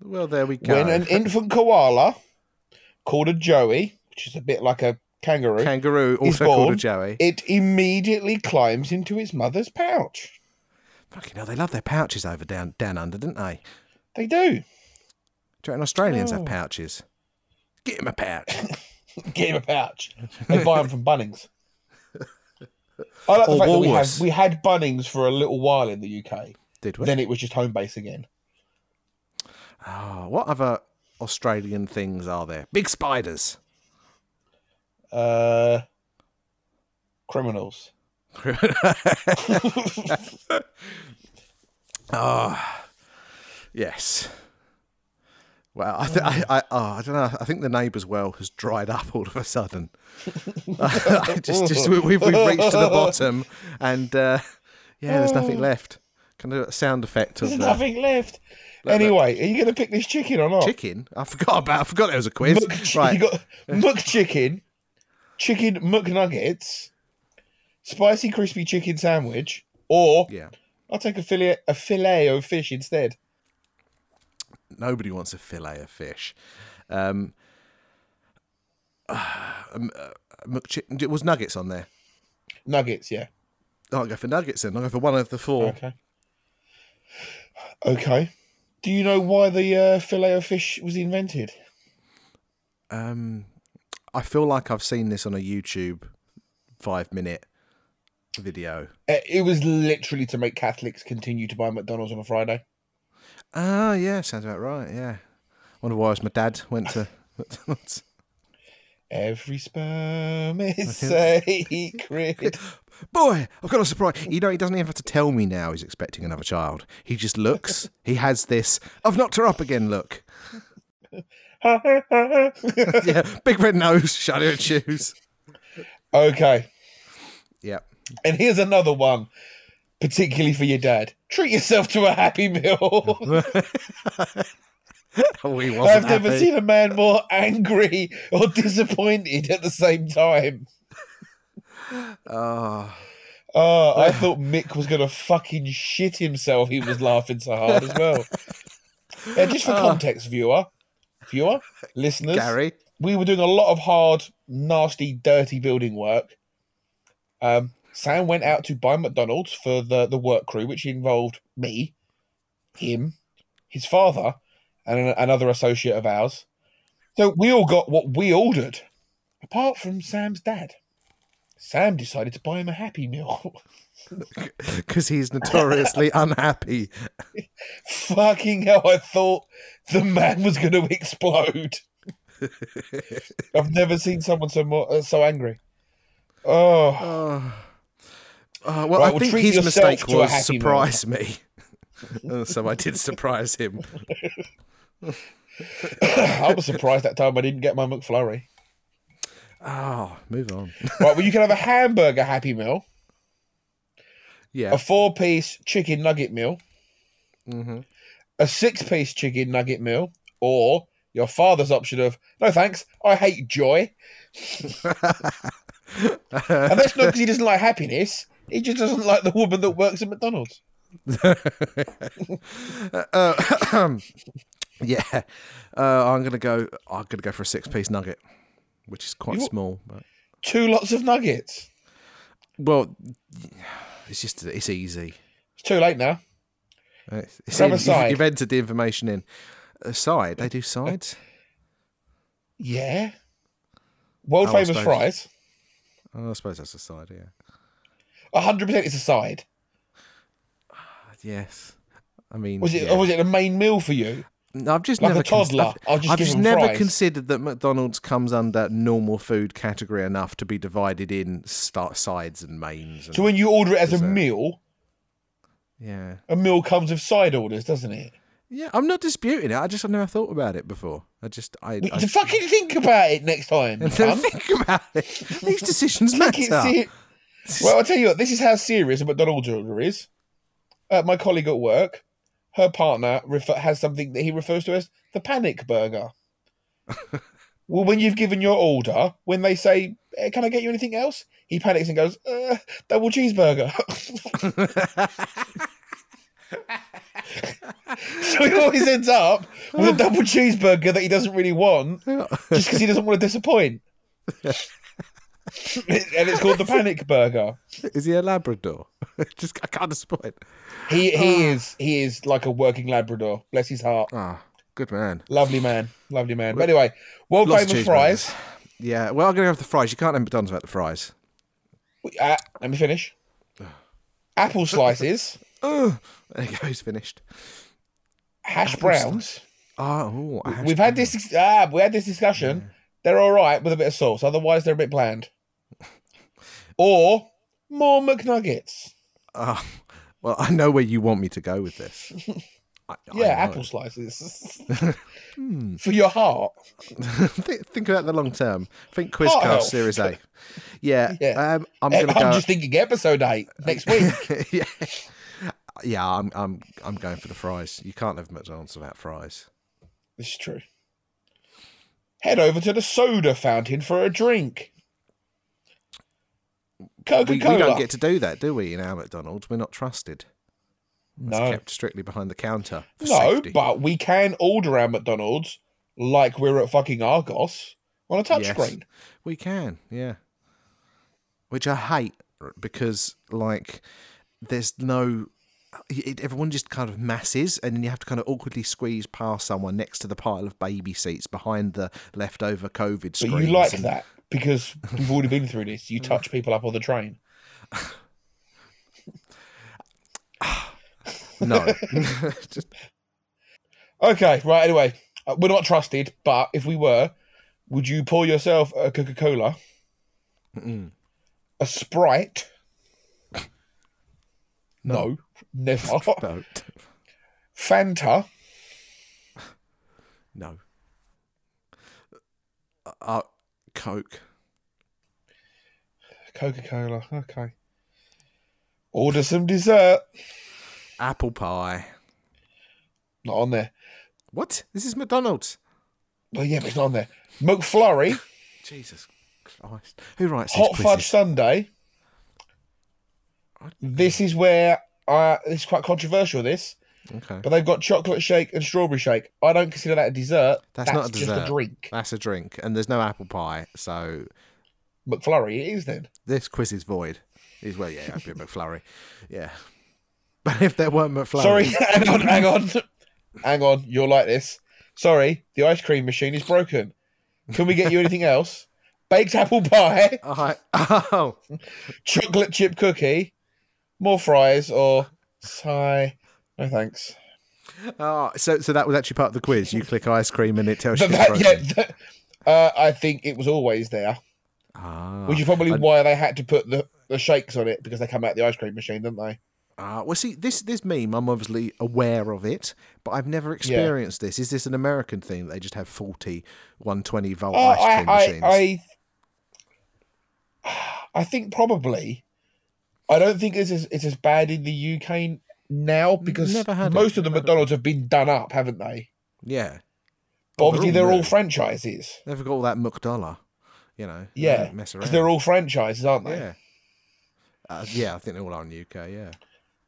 [SPEAKER 3] Well, there we go.
[SPEAKER 2] When an infant koala, called a joey, which is a bit like a kangaroo,
[SPEAKER 3] Kangaroo,
[SPEAKER 2] is
[SPEAKER 3] also called a
[SPEAKER 2] born,
[SPEAKER 3] joey.
[SPEAKER 2] it immediately climbs into its mother's pouch.
[SPEAKER 3] Fucking hell, they love their pouches over down down under, don't they?
[SPEAKER 2] They do.
[SPEAKER 3] Do you reckon Australians have
[SPEAKER 2] Oh.
[SPEAKER 3] pouches? Get him a pouch.
[SPEAKER 2] Get him a pouch. They buy them from Bunnings. I like the
[SPEAKER 3] Or
[SPEAKER 2] fact that we, have,
[SPEAKER 3] Woolworths.
[SPEAKER 2] we had Bunnings for a little while in the UK.
[SPEAKER 3] Did we?
[SPEAKER 2] Then it was just home base again.
[SPEAKER 3] oh, what other Australian things are there? Big spiders.
[SPEAKER 2] Uh, criminals.
[SPEAKER 3] Ah, yes. Well, I, th- I, I, oh, I don't know. I think the neighbour's well has dried up all of a sudden. I just, just we, we've, we've reached to the bottom, and uh, yeah, there's nothing left. Can I do a sound effect of
[SPEAKER 2] There's
[SPEAKER 3] uh,
[SPEAKER 2] nothing left.
[SPEAKER 3] look.
[SPEAKER 2] anyway, are you going to pick this chicken or not?
[SPEAKER 3] chicken? I forgot about. I forgot it was a quiz.
[SPEAKER 2] Muck chi-
[SPEAKER 3] right.
[SPEAKER 2] You got muck chicken, chicken McNuggets, spicy crispy chicken sandwich, or
[SPEAKER 3] yeah.
[SPEAKER 2] I'll take a fillet a fillet of fish instead.
[SPEAKER 3] Nobody wants a fillet of fish. Um, um, uh, McChi- it was nuggets on there.
[SPEAKER 2] Nuggets, yeah.
[SPEAKER 3] I'll go for nuggets then. I'll go for one of the four.
[SPEAKER 2] Okay. Okay. Do you know why the uh, fillet of fish was invented?
[SPEAKER 3] Um, I feel like I've seen this on a YouTube five minute video.
[SPEAKER 2] Uh, It was literally to make Catholics continue to buy McDonald's on a Friday.
[SPEAKER 3] Ah, yeah, sounds about right. Yeah. Wonder why it's my dad went to.
[SPEAKER 2] Every sperm is sacred.
[SPEAKER 3] Boy, I've got a surprise. You know, he doesn't even have to tell me now he's expecting another child. He just looks. he has this, I've knocked her up again look. Yeah, big red nose, shadow shoes.
[SPEAKER 2] okay.
[SPEAKER 3] Yeah.
[SPEAKER 2] And here's another one, particularly for your dad. Treat yourself to a happy meal.
[SPEAKER 3] Oh, he wasn't
[SPEAKER 2] I've never
[SPEAKER 3] happy.
[SPEAKER 2] seen a man more angry or disappointed at the same time.
[SPEAKER 3] Oh,
[SPEAKER 2] Oh, I thought Mick was going to fucking shit himself. He was laughing so hard as well. Yeah, just
[SPEAKER 3] Ah.
[SPEAKER 2] for context, viewer, viewer, listeners,
[SPEAKER 3] Gary.
[SPEAKER 2] we were doing a lot of hard, nasty, dirty building work. Um, Sam went out to buy McDonald's for the, the work crew, which involved me, him, his father, and an- another associate of ours. So we all got what we ordered, apart from Sam's dad. Sam decided to buy him a Happy Meal.
[SPEAKER 3] Because he's notoriously unhappy.
[SPEAKER 2] Fucking hell, I thought the man was going to explode. I've never seen someone so more, uh, so angry. Oh,
[SPEAKER 3] Oh. Oh, well,
[SPEAKER 2] Right,
[SPEAKER 3] I
[SPEAKER 2] well,
[SPEAKER 3] think
[SPEAKER 2] treat
[SPEAKER 3] his
[SPEAKER 2] yourself
[SPEAKER 3] mistake
[SPEAKER 2] to a
[SPEAKER 3] was
[SPEAKER 2] happy
[SPEAKER 3] surprise me. Uh, so I did surprise him.
[SPEAKER 2] I was surprised that time I didn't get my McFlurry.
[SPEAKER 3] Oh, move on.
[SPEAKER 2] Right, well, you can have a hamburger Happy Meal,
[SPEAKER 3] Yeah.
[SPEAKER 2] a four piece chicken nugget meal,
[SPEAKER 3] hmm
[SPEAKER 2] a six piece chicken nugget meal, or your father's option of, no thanks, I hate joy. And that's not because he doesn't like happiness, he just doesn't like the woman that works at McDonald's.
[SPEAKER 3] Uh, yeah. Uh, I'm gonna go. I'm gonna go for a six-piece nugget, which is quite
[SPEAKER 2] You-
[SPEAKER 3] small. But,
[SPEAKER 2] Two lots of nuggets.
[SPEAKER 3] well, it's just it's easy.
[SPEAKER 2] It's too late now.
[SPEAKER 3] It's, it's
[SPEAKER 2] Grab
[SPEAKER 3] in-
[SPEAKER 2] a
[SPEAKER 3] you've-
[SPEAKER 2] side.
[SPEAKER 3] You've, entered the information in. A side? They do sides.
[SPEAKER 2] Yeah. World
[SPEAKER 3] Oh, I
[SPEAKER 2] famous
[SPEAKER 3] suppose.
[SPEAKER 2] fries.
[SPEAKER 3] Oh, I suppose that's a side. Yeah.
[SPEAKER 2] 100% it's a side.
[SPEAKER 3] Uh, Yes. I mean,
[SPEAKER 2] Was it,
[SPEAKER 3] yeah.
[SPEAKER 2] or was it a main meal for you?
[SPEAKER 3] No, I've just
[SPEAKER 2] Like a
[SPEAKER 3] never cons-
[SPEAKER 2] toddler,
[SPEAKER 3] I've,
[SPEAKER 2] I'll just
[SPEAKER 3] I've
[SPEAKER 2] give
[SPEAKER 3] just
[SPEAKER 2] 'em
[SPEAKER 3] never
[SPEAKER 2] fries.
[SPEAKER 3] considered that McDonald's comes under normal food category enough to be divided in start sides and mains. And,
[SPEAKER 2] So when you order it as a meal,
[SPEAKER 3] yeah,
[SPEAKER 2] a meal comes with side orders, doesn't it?
[SPEAKER 3] yeah. I'm not disputing it. I just I never thought about it before. I just I,
[SPEAKER 2] You
[SPEAKER 3] I
[SPEAKER 2] should fucking think about it next time.
[SPEAKER 3] I
[SPEAKER 2] cunt.
[SPEAKER 3] don't think about it. These decisions
[SPEAKER 2] Take it
[SPEAKER 3] matter.
[SPEAKER 2] se- well, I'll tell you what, this is how serious a McDonald's order is. Uh, my colleague at work, her partner refer- has something that he refers to as the panic burger. well, when you've given your order, when they say, "Eh, Can I get you anything else? He panics and goes, uh, Double cheeseburger. so he always ends up with a double cheeseburger that he doesn't really want just because he doesn't want to disappoint. and it's called the panic burger.
[SPEAKER 3] Is he a Labrador? just I can't disappoint.
[SPEAKER 2] He he is he is like a working Labrador. Bless his heart.
[SPEAKER 3] Ah, good man.
[SPEAKER 2] Lovely man. Lovely man. But anyway, world
[SPEAKER 3] Lots of
[SPEAKER 2] famous fries.
[SPEAKER 3] Yeah. Well, I'm gonna go with the fries. You can't have McDonald's without the fries.
[SPEAKER 2] Uh, let me finish. Apple slices,
[SPEAKER 3] Oh, there you go. He's finished.
[SPEAKER 2] hash
[SPEAKER 3] Apple slice.
[SPEAKER 2] browns.
[SPEAKER 3] Oh, ooh,
[SPEAKER 2] We've had this ah, we had this discussion. They're all right with a bit of sauce. Otherwise, they're a bit bland. Or more McNuggets.
[SPEAKER 3] Oh, well, I know where you want me to go with this. I, I
[SPEAKER 2] Yeah,
[SPEAKER 3] know. Hmm.
[SPEAKER 2] apple slices for your heart.
[SPEAKER 3] think, think about the long term. Think Quizcast
[SPEAKER 2] Heart health.
[SPEAKER 3] Series A. Yeah,
[SPEAKER 2] Yeah.
[SPEAKER 3] Um, I'm
[SPEAKER 2] I'm,
[SPEAKER 3] going to go.
[SPEAKER 2] just thinking episode eight next week.
[SPEAKER 3] yeah. yeah, I'm I'm I'm going for the fries. You can't have McDonald's without fries.
[SPEAKER 2] This is true. Head over to the soda fountain for a drink. Coca
[SPEAKER 3] We, we
[SPEAKER 2] Cola.
[SPEAKER 3] don't get to do that, do we? In our McDonald's, we're not trusted. It's
[SPEAKER 2] no,
[SPEAKER 3] kept strictly behind the counter. for
[SPEAKER 2] no,
[SPEAKER 3] safety.
[SPEAKER 2] but we can order our McDonald's like we're at fucking Argos on a
[SPEAKER 3] Yes.
[SPEAKER 2] touchscreen.
[SPEAKER 3] We can, yeah. Which I hate because, like, there's no. It, everyone just kind of masses, and then you have to kind of awkwardly squeeze past someone next to the pile of baby seats behind the leftover COVID
[SPEAKER 2] But
[SPEAKER 3] screens.
[SPEAKER 2] you like
[SPEAKER 3] and-
[SPEAKER 2] that because we've already been through this. You touch people up on the train.
[SPEAKER 3] No. Just-
[SPEAKER 2] Okay, right. Anyway, uh, we're not trusted, but if we were, would you pour yourself a Coca Cola,
[SPEAKER 3] Mm-mm.
[SPEAKER 2] a Sprite? No, never.
[SPEAKER 3] no.
[SPEAKER 2] Fanta.
[SPEAKER 3] No. Uh, Coke.
[SPEAKER 2] Coca Cola. Okay. Order some dessert.
[SPEAKER 3] Apple pie.
[SPEAKER 2] Not on there.
[SPEAKER 3] What? This is McDonald's.
[SPEAKER 2] Well, yeah, but it's not on there. McFlurry,
[SPEAKER 3] Jesus Christ. Who writes these
[SPEAKER 2] hot
[SPEAKER 3] quizzes?
[SPEAKER 2] fudge sundae. This is where I. This is quite controversial. This,
[SPEAKER 3] Okay.
[SPEAKER 2] but they've got chocolate shake and strawberry shake. I don't consider that a dessert.
[SPEAKER 3] That's not a
[SPEAKER 2] just
[SPEAKER 3] dessert.
[SPEAKER 2] a drink.
[SPEAKER 3] That's a drink, and there's no apple pie, so
[SPEAKER 2] McFlurry, it is then.
[SPEAKER 3] this quiz is void. Is well, yeah, I'd be a McFlurry, yeah. But if there weren't McFlurry,
[SPEAKER 2] Sorry, hang on, hang on, hang on. You're like this. Sorry, the ice cream machine is broken. Can we get you anything else? Baked apple pie,
[SPEAKER 3] I, oh,
[SPEAKER 2] chocolate chip cookie, more fries, or sigh. No thanks.
[SPEAKER 3] oh, so so that was actually part of the quiz. You click ice cream, and it tells you.
[SPEAKER 2] But
[SPEAKER 3] it's
[SPEAKER 2] that,
[SPEAKER 3] broken.
[SPEAKER 2] yeah, that- uh, I think it was always there,
[SPEAKER 3] Ah,
[SPEAKER 2] which is probably
[SPEAKER 3] And-
[SPEAKER 2] why they had to put the, the shakes on it because they come out the ice cream machine, didn't they?
[SPEAKER 3] ah. Well, see, this this meme, I'm obviously aware of it, but I've never experienced this. Is this an American thing? That they just have 40 120 volt
[SPEAKER 2] Oh,
[SPEAKER 3] ice cream
[SPEAKER 2] I,
[SPEAKER 3] machines.
[SPEAKER 2] I, I, I think probably. I don't think it's as, it's as bad in the UK now because
[SPEAKER 3] Never had it.
[SPEAKER 2] most of the
[SPEAKER 3] Never had it.
[SPEAKER 2] McDonald's have been done up, haven't they?
[SPEAKER 3] yeah,
[SPEAKER 2] But
[SPEAKER 3] Oh, they're
[SPEAKER 2] obviously,
[SPEAKER 3] all
[SPEAKER 2] they're all,
[SPEAKER 3] new.
[SPEAKER 2] franchises.
[SPEAKER 3] they've got all that McDollar, you know. they
[SPEAKER 2] Yeah,
[SPEAKER 3] don't mess
[SPEAKER 2] 'Cause
[SPEAKER 3] around.
[SPEAKER 2] they're all franchises, aren't they?
[SPEAKER 3] Yeah. Uh, yeah, I think they all are in the UK. Yeah.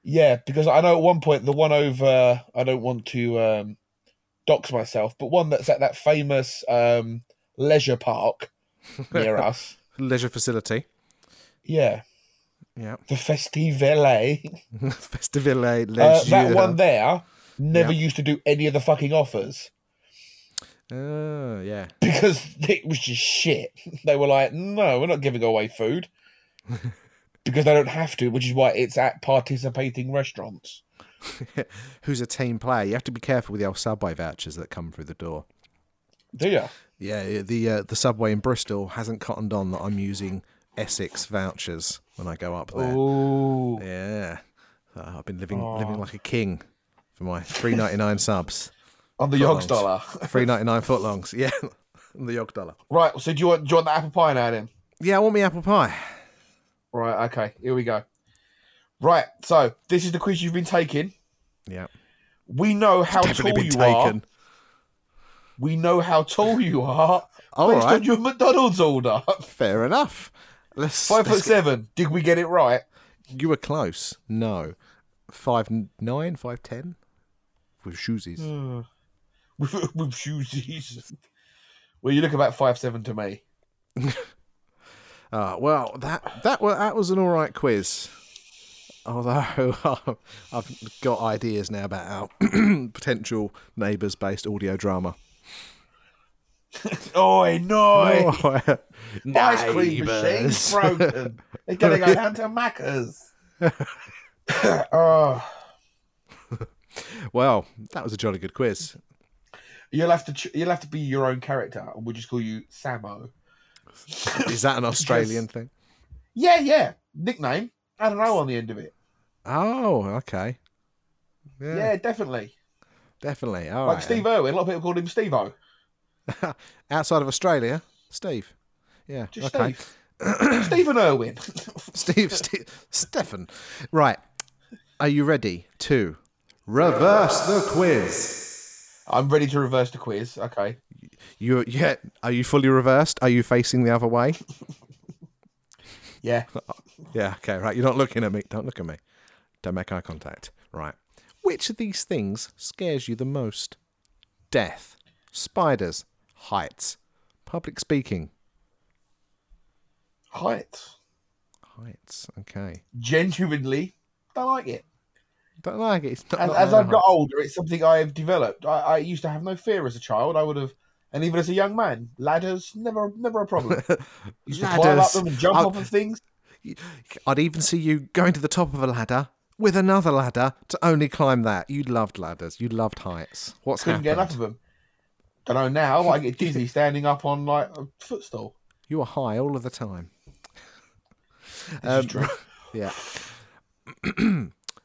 [SPEAKER 2] Yeah, because I know at one point the one over I don't want to um, dox myself, but one that's at that famous um, leisure park near us.
[SPEAKER 3] Leisure facility.
[SPEAKER 2] Yeah,
[SPEAKER 3] Yeah.
[SPEAKER 2] the Festivale.
[SPEAKER 3] Festivale
[SPEAKER 2] Uh,
[SPEAKER 3] Leisure.
[SPEAKER 2] that one there never used to do any of the fucking offers
[SPEAKER 3] Oh, yeah.
[SPEAKER 2] because it was just shit. They were like, no, we're not giving away food because they don't have to, which is why it's at participating restaurants.
[SPEAKER 3] Who's a team player? You have to be careful with the old subway vouchers that come through the door.
[SPEAKER 2] Do you?
[SPEAKER 3] Yeah, yeah, the uh, the subway in Bristol hasn't cottoned on that I'm using Essex vouchers when I go up there.
[SPEAKER 2] Oh,
[SPEAKER 3] Yeah. Uh, I've been living living like a king for my 3.99 subs.
[SPEAKER 2] on the
[SPEAKER 3] Footlongs.
[SPEAKER 2] Yogs dollar.
[SPEAKER 3] 3.99 footlongs. Yeah. the yog dollar.
[SPEAKER 2] Right. So do you want do you want the apple pie now then?
[SPEAKER 3] Yeah, I want me apple pie.
[SPEAKER 2] Right. Okay. Here we go. Right. So this is the quiz you've been taking.
[SPEAKER 3] Yeah.
[SPEAKER 2] We know how
[SPEAKER 3] Definitely been
[SPEAKER 2] tall you are.
[SPEAKER 3] taken.
[SPEAKER 2] We know how tall you are
[SPEAKER 3] All
[SPEAKER 2] based
[SPEAKER 3] right.
[SPEAKER 2] on your McDonald's order.
[SPEAKER 3] Fair enough. Let's,
[SPEAKER 2] Five foot
[SPEAKER 3] let's
[SPEAKER 2] seven. Did we get it right?
[SPEAKER 3] You were close. No, five n- nine, five ten, with shoesies.
[SPEAKER 2] Mm. with, with shoesies. Well, you look about five seven to me.
[SPEAKER 3] Uh, well, that that was that was an all right quiz. Although um, I've got ideas now about our potential neighbours-based audio drama.
[SPEAKER 2] Oi, no!
[SPEAKER 3] Oh,
[SPEAKER 2] Ice cream
[SPEAKER 3] neighbours.
[SPEAKER 2] machine's broken. They're gonna go down to Macca's. oh,
[SPEAKER 3] well, that was a jolly good quiz.
[SPEAKER 2] you'll have to ch- you'll have to be your own character, and we'll just call you Samo.
[SPEAKER 3] Is that an Australian thing?
[SPEAKER 2] Yeah, yeah. Nickname. I don't know on the end of it.
[SPEAKER 3] Oh, okay.
[SPEAKER 2] Yeah,
[SPEAKER 3] Yeah,
[SPEAKER 2] definitely.
[SPEAKER 3] definitely. All
[SPEAKER 2] like
[SPEAKER 3] right then.
[SPEAKER 2] Steve Irwin. A lot of people call him Steve-O.
[SPEAKER 3] Outside of Australia, Steve. Yeah.
[SPEAKER 2] Just
[SPEAKER 3] okay.
[SPEAKER 2] Steve. Stephen Irwin.
[SPEAKER 3] Steve, Steve, Stefan. Right. Are you ready to reverse the quiz?
[SPEAKER 2] I'm ready to reverse the quiz. Okay.
[SPEAKER 3] You yeah? Are you fully reversed? Are you facing the other way?
[SPEAKER 2] Yeah.
[SPEAKER 3] Yeah, okay, right. You're not looking at me. Don't look at me. Don't make eye contact. Right. Which of these things scares you the most? Death, spiders, heights, public speaking.
[SPEAKER 2] Height.
[SPEAKER 3] Heights, okay.
[SPEAKER 2] Genuinely, don't like it.
[SPEAKER 3] Don't like it. It's not,
[SPEAKER 2] As,
[SPEAKER 3] not
[SPEAKER 2] as
[SPEAKER 3] my
[SPEAKER 2] I've got
[SPEAKER 3] height.
[SPEAKER 2] older, it's something I have developed. I, I used to have no fear as a child. I would have, and even as a young man, ladders never never a problem. used to climb up
[SPEAKER 3] Ladders.
[SPEAKER 2] them and jump
[SPEAKER 3] Oh.
[SPEAKER 2] off of things.
[SPEAKER 3] I'd even see you going to the top of a ladder with another ladder to only climb that. You loved ladders. You loved heights. What's
[SPEAKER 2] Couldn't get enough
[SPEAKER 3] happened?
[SPEAKER 2] of them. Don't know now. I get dizzy standing up on like a footstool.
[SPEAKER 3] You were high all of the time.
[SPEAKER 2] This
[SPEAKER 3] Um,
[SPEAKER 2] is true.
[SPEAKER 3] Yeah.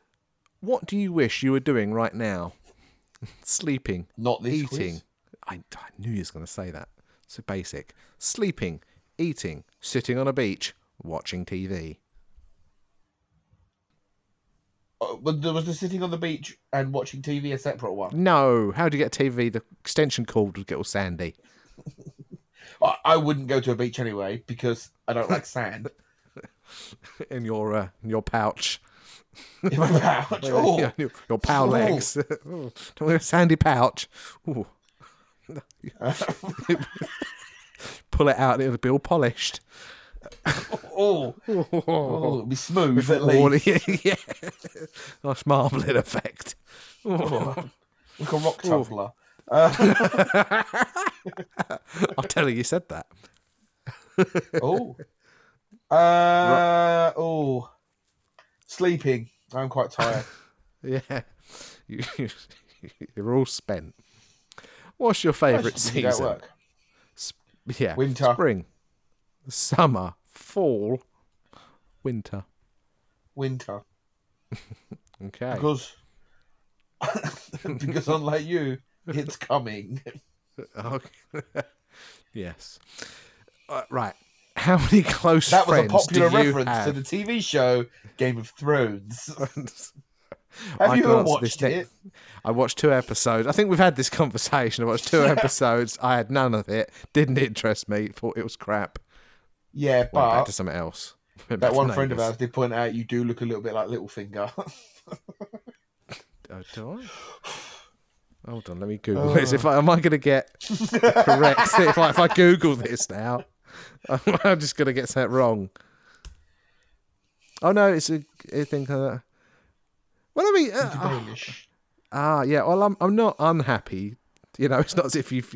[SPEAKER 3] what do you wish you were doing right now? Sleeping,
[SPEAKER 2] Not this
[SPEAKER 3] eating.
[SPEAKER 2] quiz.
[SPEAKER 3] I, I knew you was going to say that. So basic. Sleeping, eating, sitting on a beach, watching TV.
[SPEAKER 2] Uh, but there was the sitting on the beach and watching TV a separate one.
[SPEAKER 3] No, how do you get a TV? The extension cord would get all sandy.
[SPEAKER 2] I, I wouldn't go to a beach anyway because I don't like sand
[SPEAKER 3] in your uh, in your pouch.
[SPEAKER 2] in my pouch. Oh,
[SPEAKER 3] Yeah, your, your pow
[SPEAKER 2] Oh.
[SPEAKER 3] legs. Ooh, Don't wear a sandy pouch. Ooh. Pull it out and it'll be all polished.
[SPEAKER 2] oh, oh, it'd be smooth at
[SPEAKER 3] All-
[SPEAKER 2] least.
[SPEAKER 3] yeah. Nice marbling effect. Ooh.
[SPEAKER 2] Like a rock tumbler. Uh,
[SPEAKER 3] I'll tell you, you said that.
[SPEAKER 2] oh, uh, oh, sleeping. I'm quite tired.
[SPEAKER 3] Yeah. You, you're all spent. What's your favourite
[SPEAKER 2] Should be at
[SPEAKER 3] season?
[SPEAKER 2] work.
[SPEAKER 3] Yeah.
[SPEAKER 2] Winter.
[SPEAKER 3] Spring. Summer. Fall. Winter.
[SPEAKER 2] Winter,
[SPEAKER 3] Okay.
[SPEAKER 2] because because unlike you, it's coming.
[SPEAKER 3] Okay. yes. Uh, right. How many close
[SPEAKER 2] That was a
[SPEAKER 3] friends
[SPEAKER 2] popular
[SPEAKER 3] do you
[SPEAKER 2] reference to the TV show Game of Thrones.
[SPEAKER 3] have?
[SPEAKER 2] Have
[SPEAKER 3] I
[SPEAKER 2] you
[SPEAKER 3] can
[SPEAKER 2] ever
[SPEAKER 3] answer this
[SPEAKER 2] watched
[SPEAKER 3] ne-
[SPEAKER 2] it?
[SPEAKER 3] I watched two episodes. I think we've had this conversation. I watched two episodes. I had none of it. Didn't interest me. Thought it was crap.
[SPEAKER 2] Yeah,
[SPEAKER 3] Went back
[SPEAKER 2] but
[SPEAKER 3] to something else. Went back
[SPEAKER 2] that
[SPEAKER 3] to
[SPEAKER 2] one friend of
[SPEAKER 3] Neighbours.
[SPEAKER 2] ours did point out you do look a little bit like Littlefinger.
[SPEAKER 3] Oh, do I? Hold on, let me Google this.
[SPEAKER 2] Uh.
[SPEAKER 3] If I, am I going to get correct? if, I, if I Google this now, I'm, I'm just going to get that wrong. Oh no, it's a, I think. Uh, well, I mean, uh,
[SPEAKER 2] Dalish.
[SPEAKER 3] ah, yeah. Well, I'm I'm not unhappy. You know, it's not as if you've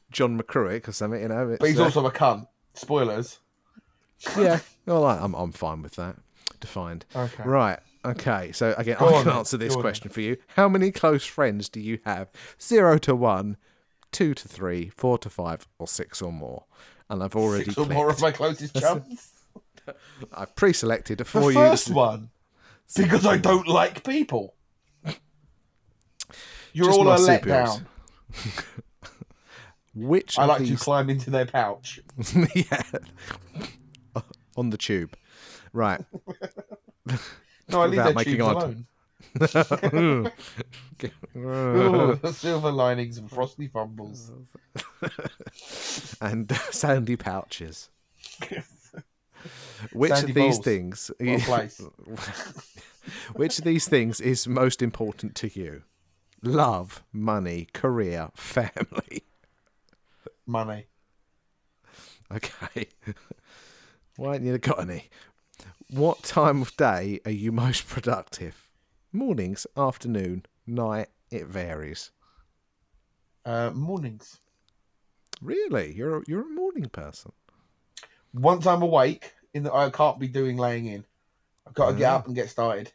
[SPEAKER 3] John McCruick or something. You know, it's,
[SPEAKER 2] but he's
[SPEAKER 3] uh,
[SPEAKER 2] also a cunt. Spoilers.
[SPEAKER 3] yeah. Well, I, I'm I'm fine with that. Defined.
[SPEAKER 2] Okay.
[SPEAKER 3] Right. Okay. So again,
[SPEAKER 2] Go
[SPEAKER 3] I
[SPEAKER 2] on
[SPEAKER 3] can
[SPEAKER 2] then,
[SPEAKER 3] answer this
[SPEAKER 2] go on then.
[SPEAKER 3] question for you. How many close friends do you have? Zero to one, two to three, four to five, or six or more? And I've already
[SPEAKER 2] Six or more of
[SPEAKER 3] clicked.
[SPEAKER 2] my closest chums.
[SPEAKER 3] I've pre-selected
[SPEAKER 2] The
[SPEAKER 3] for you.
[SPEAKER 2] first one. Because I don't like people. You're
[SPEAKER 3] Just
[SPEAKER 2] all
[SPEAKER 3] my
[SPEAKER 2] a
[SPEAKER 3] super heroes.
[SPEAKER 2] letdown.
[SPEAKER 3] Which
[SPEAKER 2] I
[SPEAKER 3] of
[SPEAKER 2] like
[SPEAKER 3] these
[SPEAKER 2] to climb into their pouch.
[SPEAKER 3] yeah. on the tube? Right.
[SPEAKER 2] No, I leave
[SPEAKER 3] Without
[SPEAKER 2] their
[SPEAKER 3] making
[SPEAKER 2] tubes
[SPEAKER 3] eye
[SPEAKER 2] alone. Ooh, the silver linings and frosty fumbles.
[SPEAKER 3] and sandy pouches. Which
[SPEAKER 2] Sandy
[SPEAKER 3] of these
[SPEAKER 2] balls.
[SPEAKER 3] things?
[SPEAKER 2] What a place.
[SPEAKER 3] Which of these things is most important to you? Love, money, career, family.
[SPEAKER 2] Money.
[SPEAKER 3] Okay. Why ain't you got any? What time of day are you most productive? Mornings, afternoon, night. It varies.
[SPEAKER 2] Uh, mornings.
[SPEAKER 3] Really, you're a, you're a morning person.
[SPEAKER 2] Once I'm awake, in that I can't be doing laying in. I've got to get up and get started.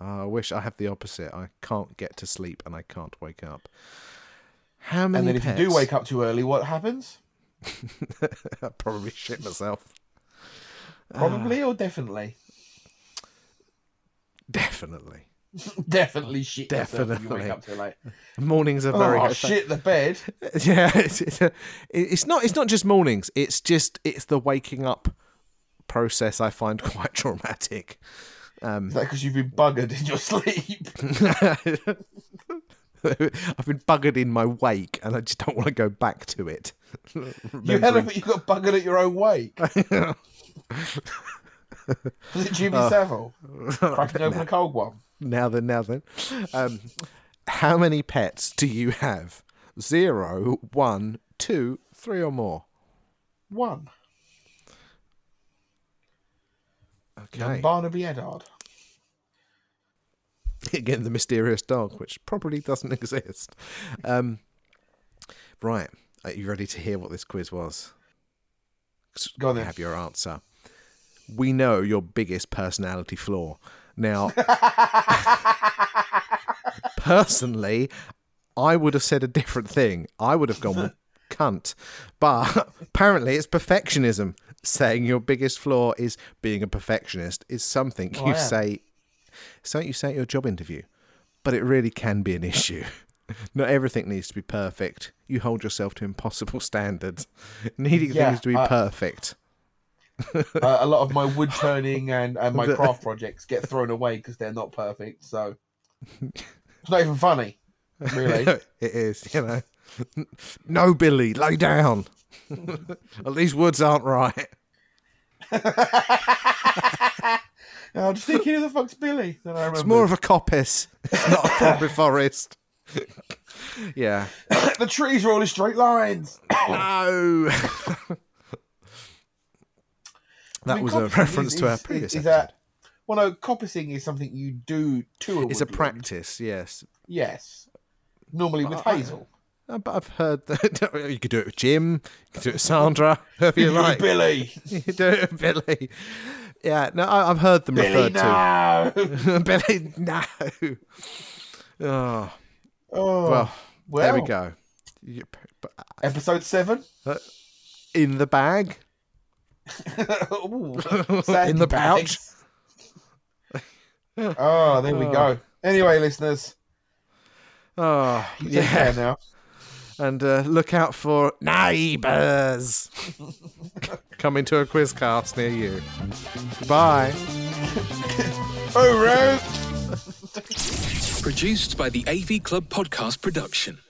[SPEAKER 3] I wish I have the opposite. I can't get to sleep and I can't wake up. How many
[SPEAKER 2] And then if
[SPEAKER 3] pets?
[SPEAKER 2] you do wake up too early, what happens?
[SPEAKER 3] I probably shit myself. Ah.
[SPEAKER 2] Probably or definitely?
[SPEAKER 3] Definitely.
[SPEAKER 2] definitely shit. Definitely. If you
[SPEAKER 3] Definitely.
[SPEAKER 2] wake up too late.
[SPEAKER 3] Mornings are very.
[SPEAKER 2] Oh,
[SPEAKER 3] high-
[SPEAKER 2] shit the bed.
[SPEAKER 3] Yeah, it's, it's, a- it's not. It's not just mornings. It's just. It's the waking up process I find quite traumatic. Um,
[SPEAKER 2] Is that because you've been buggered in your sleep?
[SPEAKER 3] I've been buggered in my wake, and I just don't want to go back to it.
[SPEAKER 2] you had a, you got buggered at your own wake.
[SPEAKER 3] Remembering-
[SPEAKER 2] Was it
[SPEAKER 3] Oh.
[SPEAKER 2] Jimmy Savile cracking open a cold one?
[SPEAKER 3] now then, now then. Um, how many pets do you have? Zero, one, two, three, or more.
[SPEAKER 2] One.
[SPEAKER 3] Okay.
[SPEAKER 2] Barnaby Eddard.
[SPEAKER 3] Again, the mysterious dog, which probably doesn't exist. Um, right. Are you ready to hear what this quiz was?
[SPEAKER 2] Go on
[SPEAKER 3] I
[SPEAKER 2] then.
[SPEAKER 3] have your answer. We know your biggest personality flaw. Now, personally, I would have said a different thing. I would have gone well, cunt. But apparently, it's perfectionism. Saying your biggest flaw is being a perfectionist is something
[SPEAKER 2] Oh,
[SPEAKER 3] you
[SPEAKER 2] I am.
[SPEAKER 3] say. Something you say at your job interview, but it really can be an issue. Not everything needs to be perfect. You hold yourself to impossible standards. Needing
[SPEAKER 2] Yeah,
[SPEAKER 3] things to be
[SPEAKER 2] I-
[SPEAKER 3] perfect.
[SPEAKER 2] uh, a lot of my wood turning and, and my
[SPEAKER 3] The-
[SPEAKER 2] craft projects get thrown away because they're not perfect. So it's not even funny, really.
[SPEAKER 3] it is, you know. No, Billy, lay down. Well, These words aren't right.
[SPEAKER 2] And I'm just thinking, who the fuck's Billy? Then I
[SPEAKER 3] It's
[SPEAKER 2] remember
[SPEAKER 3] more of a coppice. It's not a proper forest. yeah.
[SPEAKER 2] the trees are all in straight lines.
[SPEAKER 3] No.
[SPEAKER 2] I
[SPEAKER 3] that
[SPEAKER 2] mean,
[SPEAKER 3] was a
[SPEAKER 2] coppicing
[SPEAKER 3] reference
[SPEAKER 2] is-
[SPEAKER 3] to our
[SPEAKER 2] is-
[SPEAKER 3] previous.
[SPEAKER 2] Is
[SPEAKER 3] episode.
[SPEAKER 2] that well? No, coppicing is something you do to a.
[SPEAKER 3] it's a
[SPEAKER 2] woodland.
[SPEAKER 3] practice, yes.
[SPEAKER 2] Yes, normally with
[SPEAKER 3] I-
[SPEAKER 2] Hazel.
[SPEAKER 3] Uh, But I've heard that you could do it with Jim, you could do it with Sandra, whoever you like.
[SPEAKER 2] Billy.
[SPEAKER 3] You could do it with Billy. Yeah, no, I, I've heard them
[SPEAKER 2] Billy,
[SPEAKER 3] referred to.
[SPEAKER 2] no.
[SPEAKER 3] Billy, no. Oh,
[SPEAKER 2] Oh,
[SPEAKER 3] well, there we
[SPEAKER 2] well.
[SPEAKER 3] go. You- but uh,
[SPEAKER 2] Episode seven.
[SPEAKER 3] In the bag?
[SPEAKER 2] Ooh,
[SPEAKER 3] In the pouch?
[SPEAKER 2] sandbags. oh, there we go. Anyway, listeners,
[SPEAKER 3] Oh,
[SPEAKER 2] you take
[SPEAKER 3] yeah.
[SPEAKER 2] care now.
[SPEAKER 3] And uh, look out for neighbours coming to a quiz cast near you. Bye.
[SPEAKER 2] Oh, right.
[SPEAKER 1] Produced by the AV Club Podcast Production.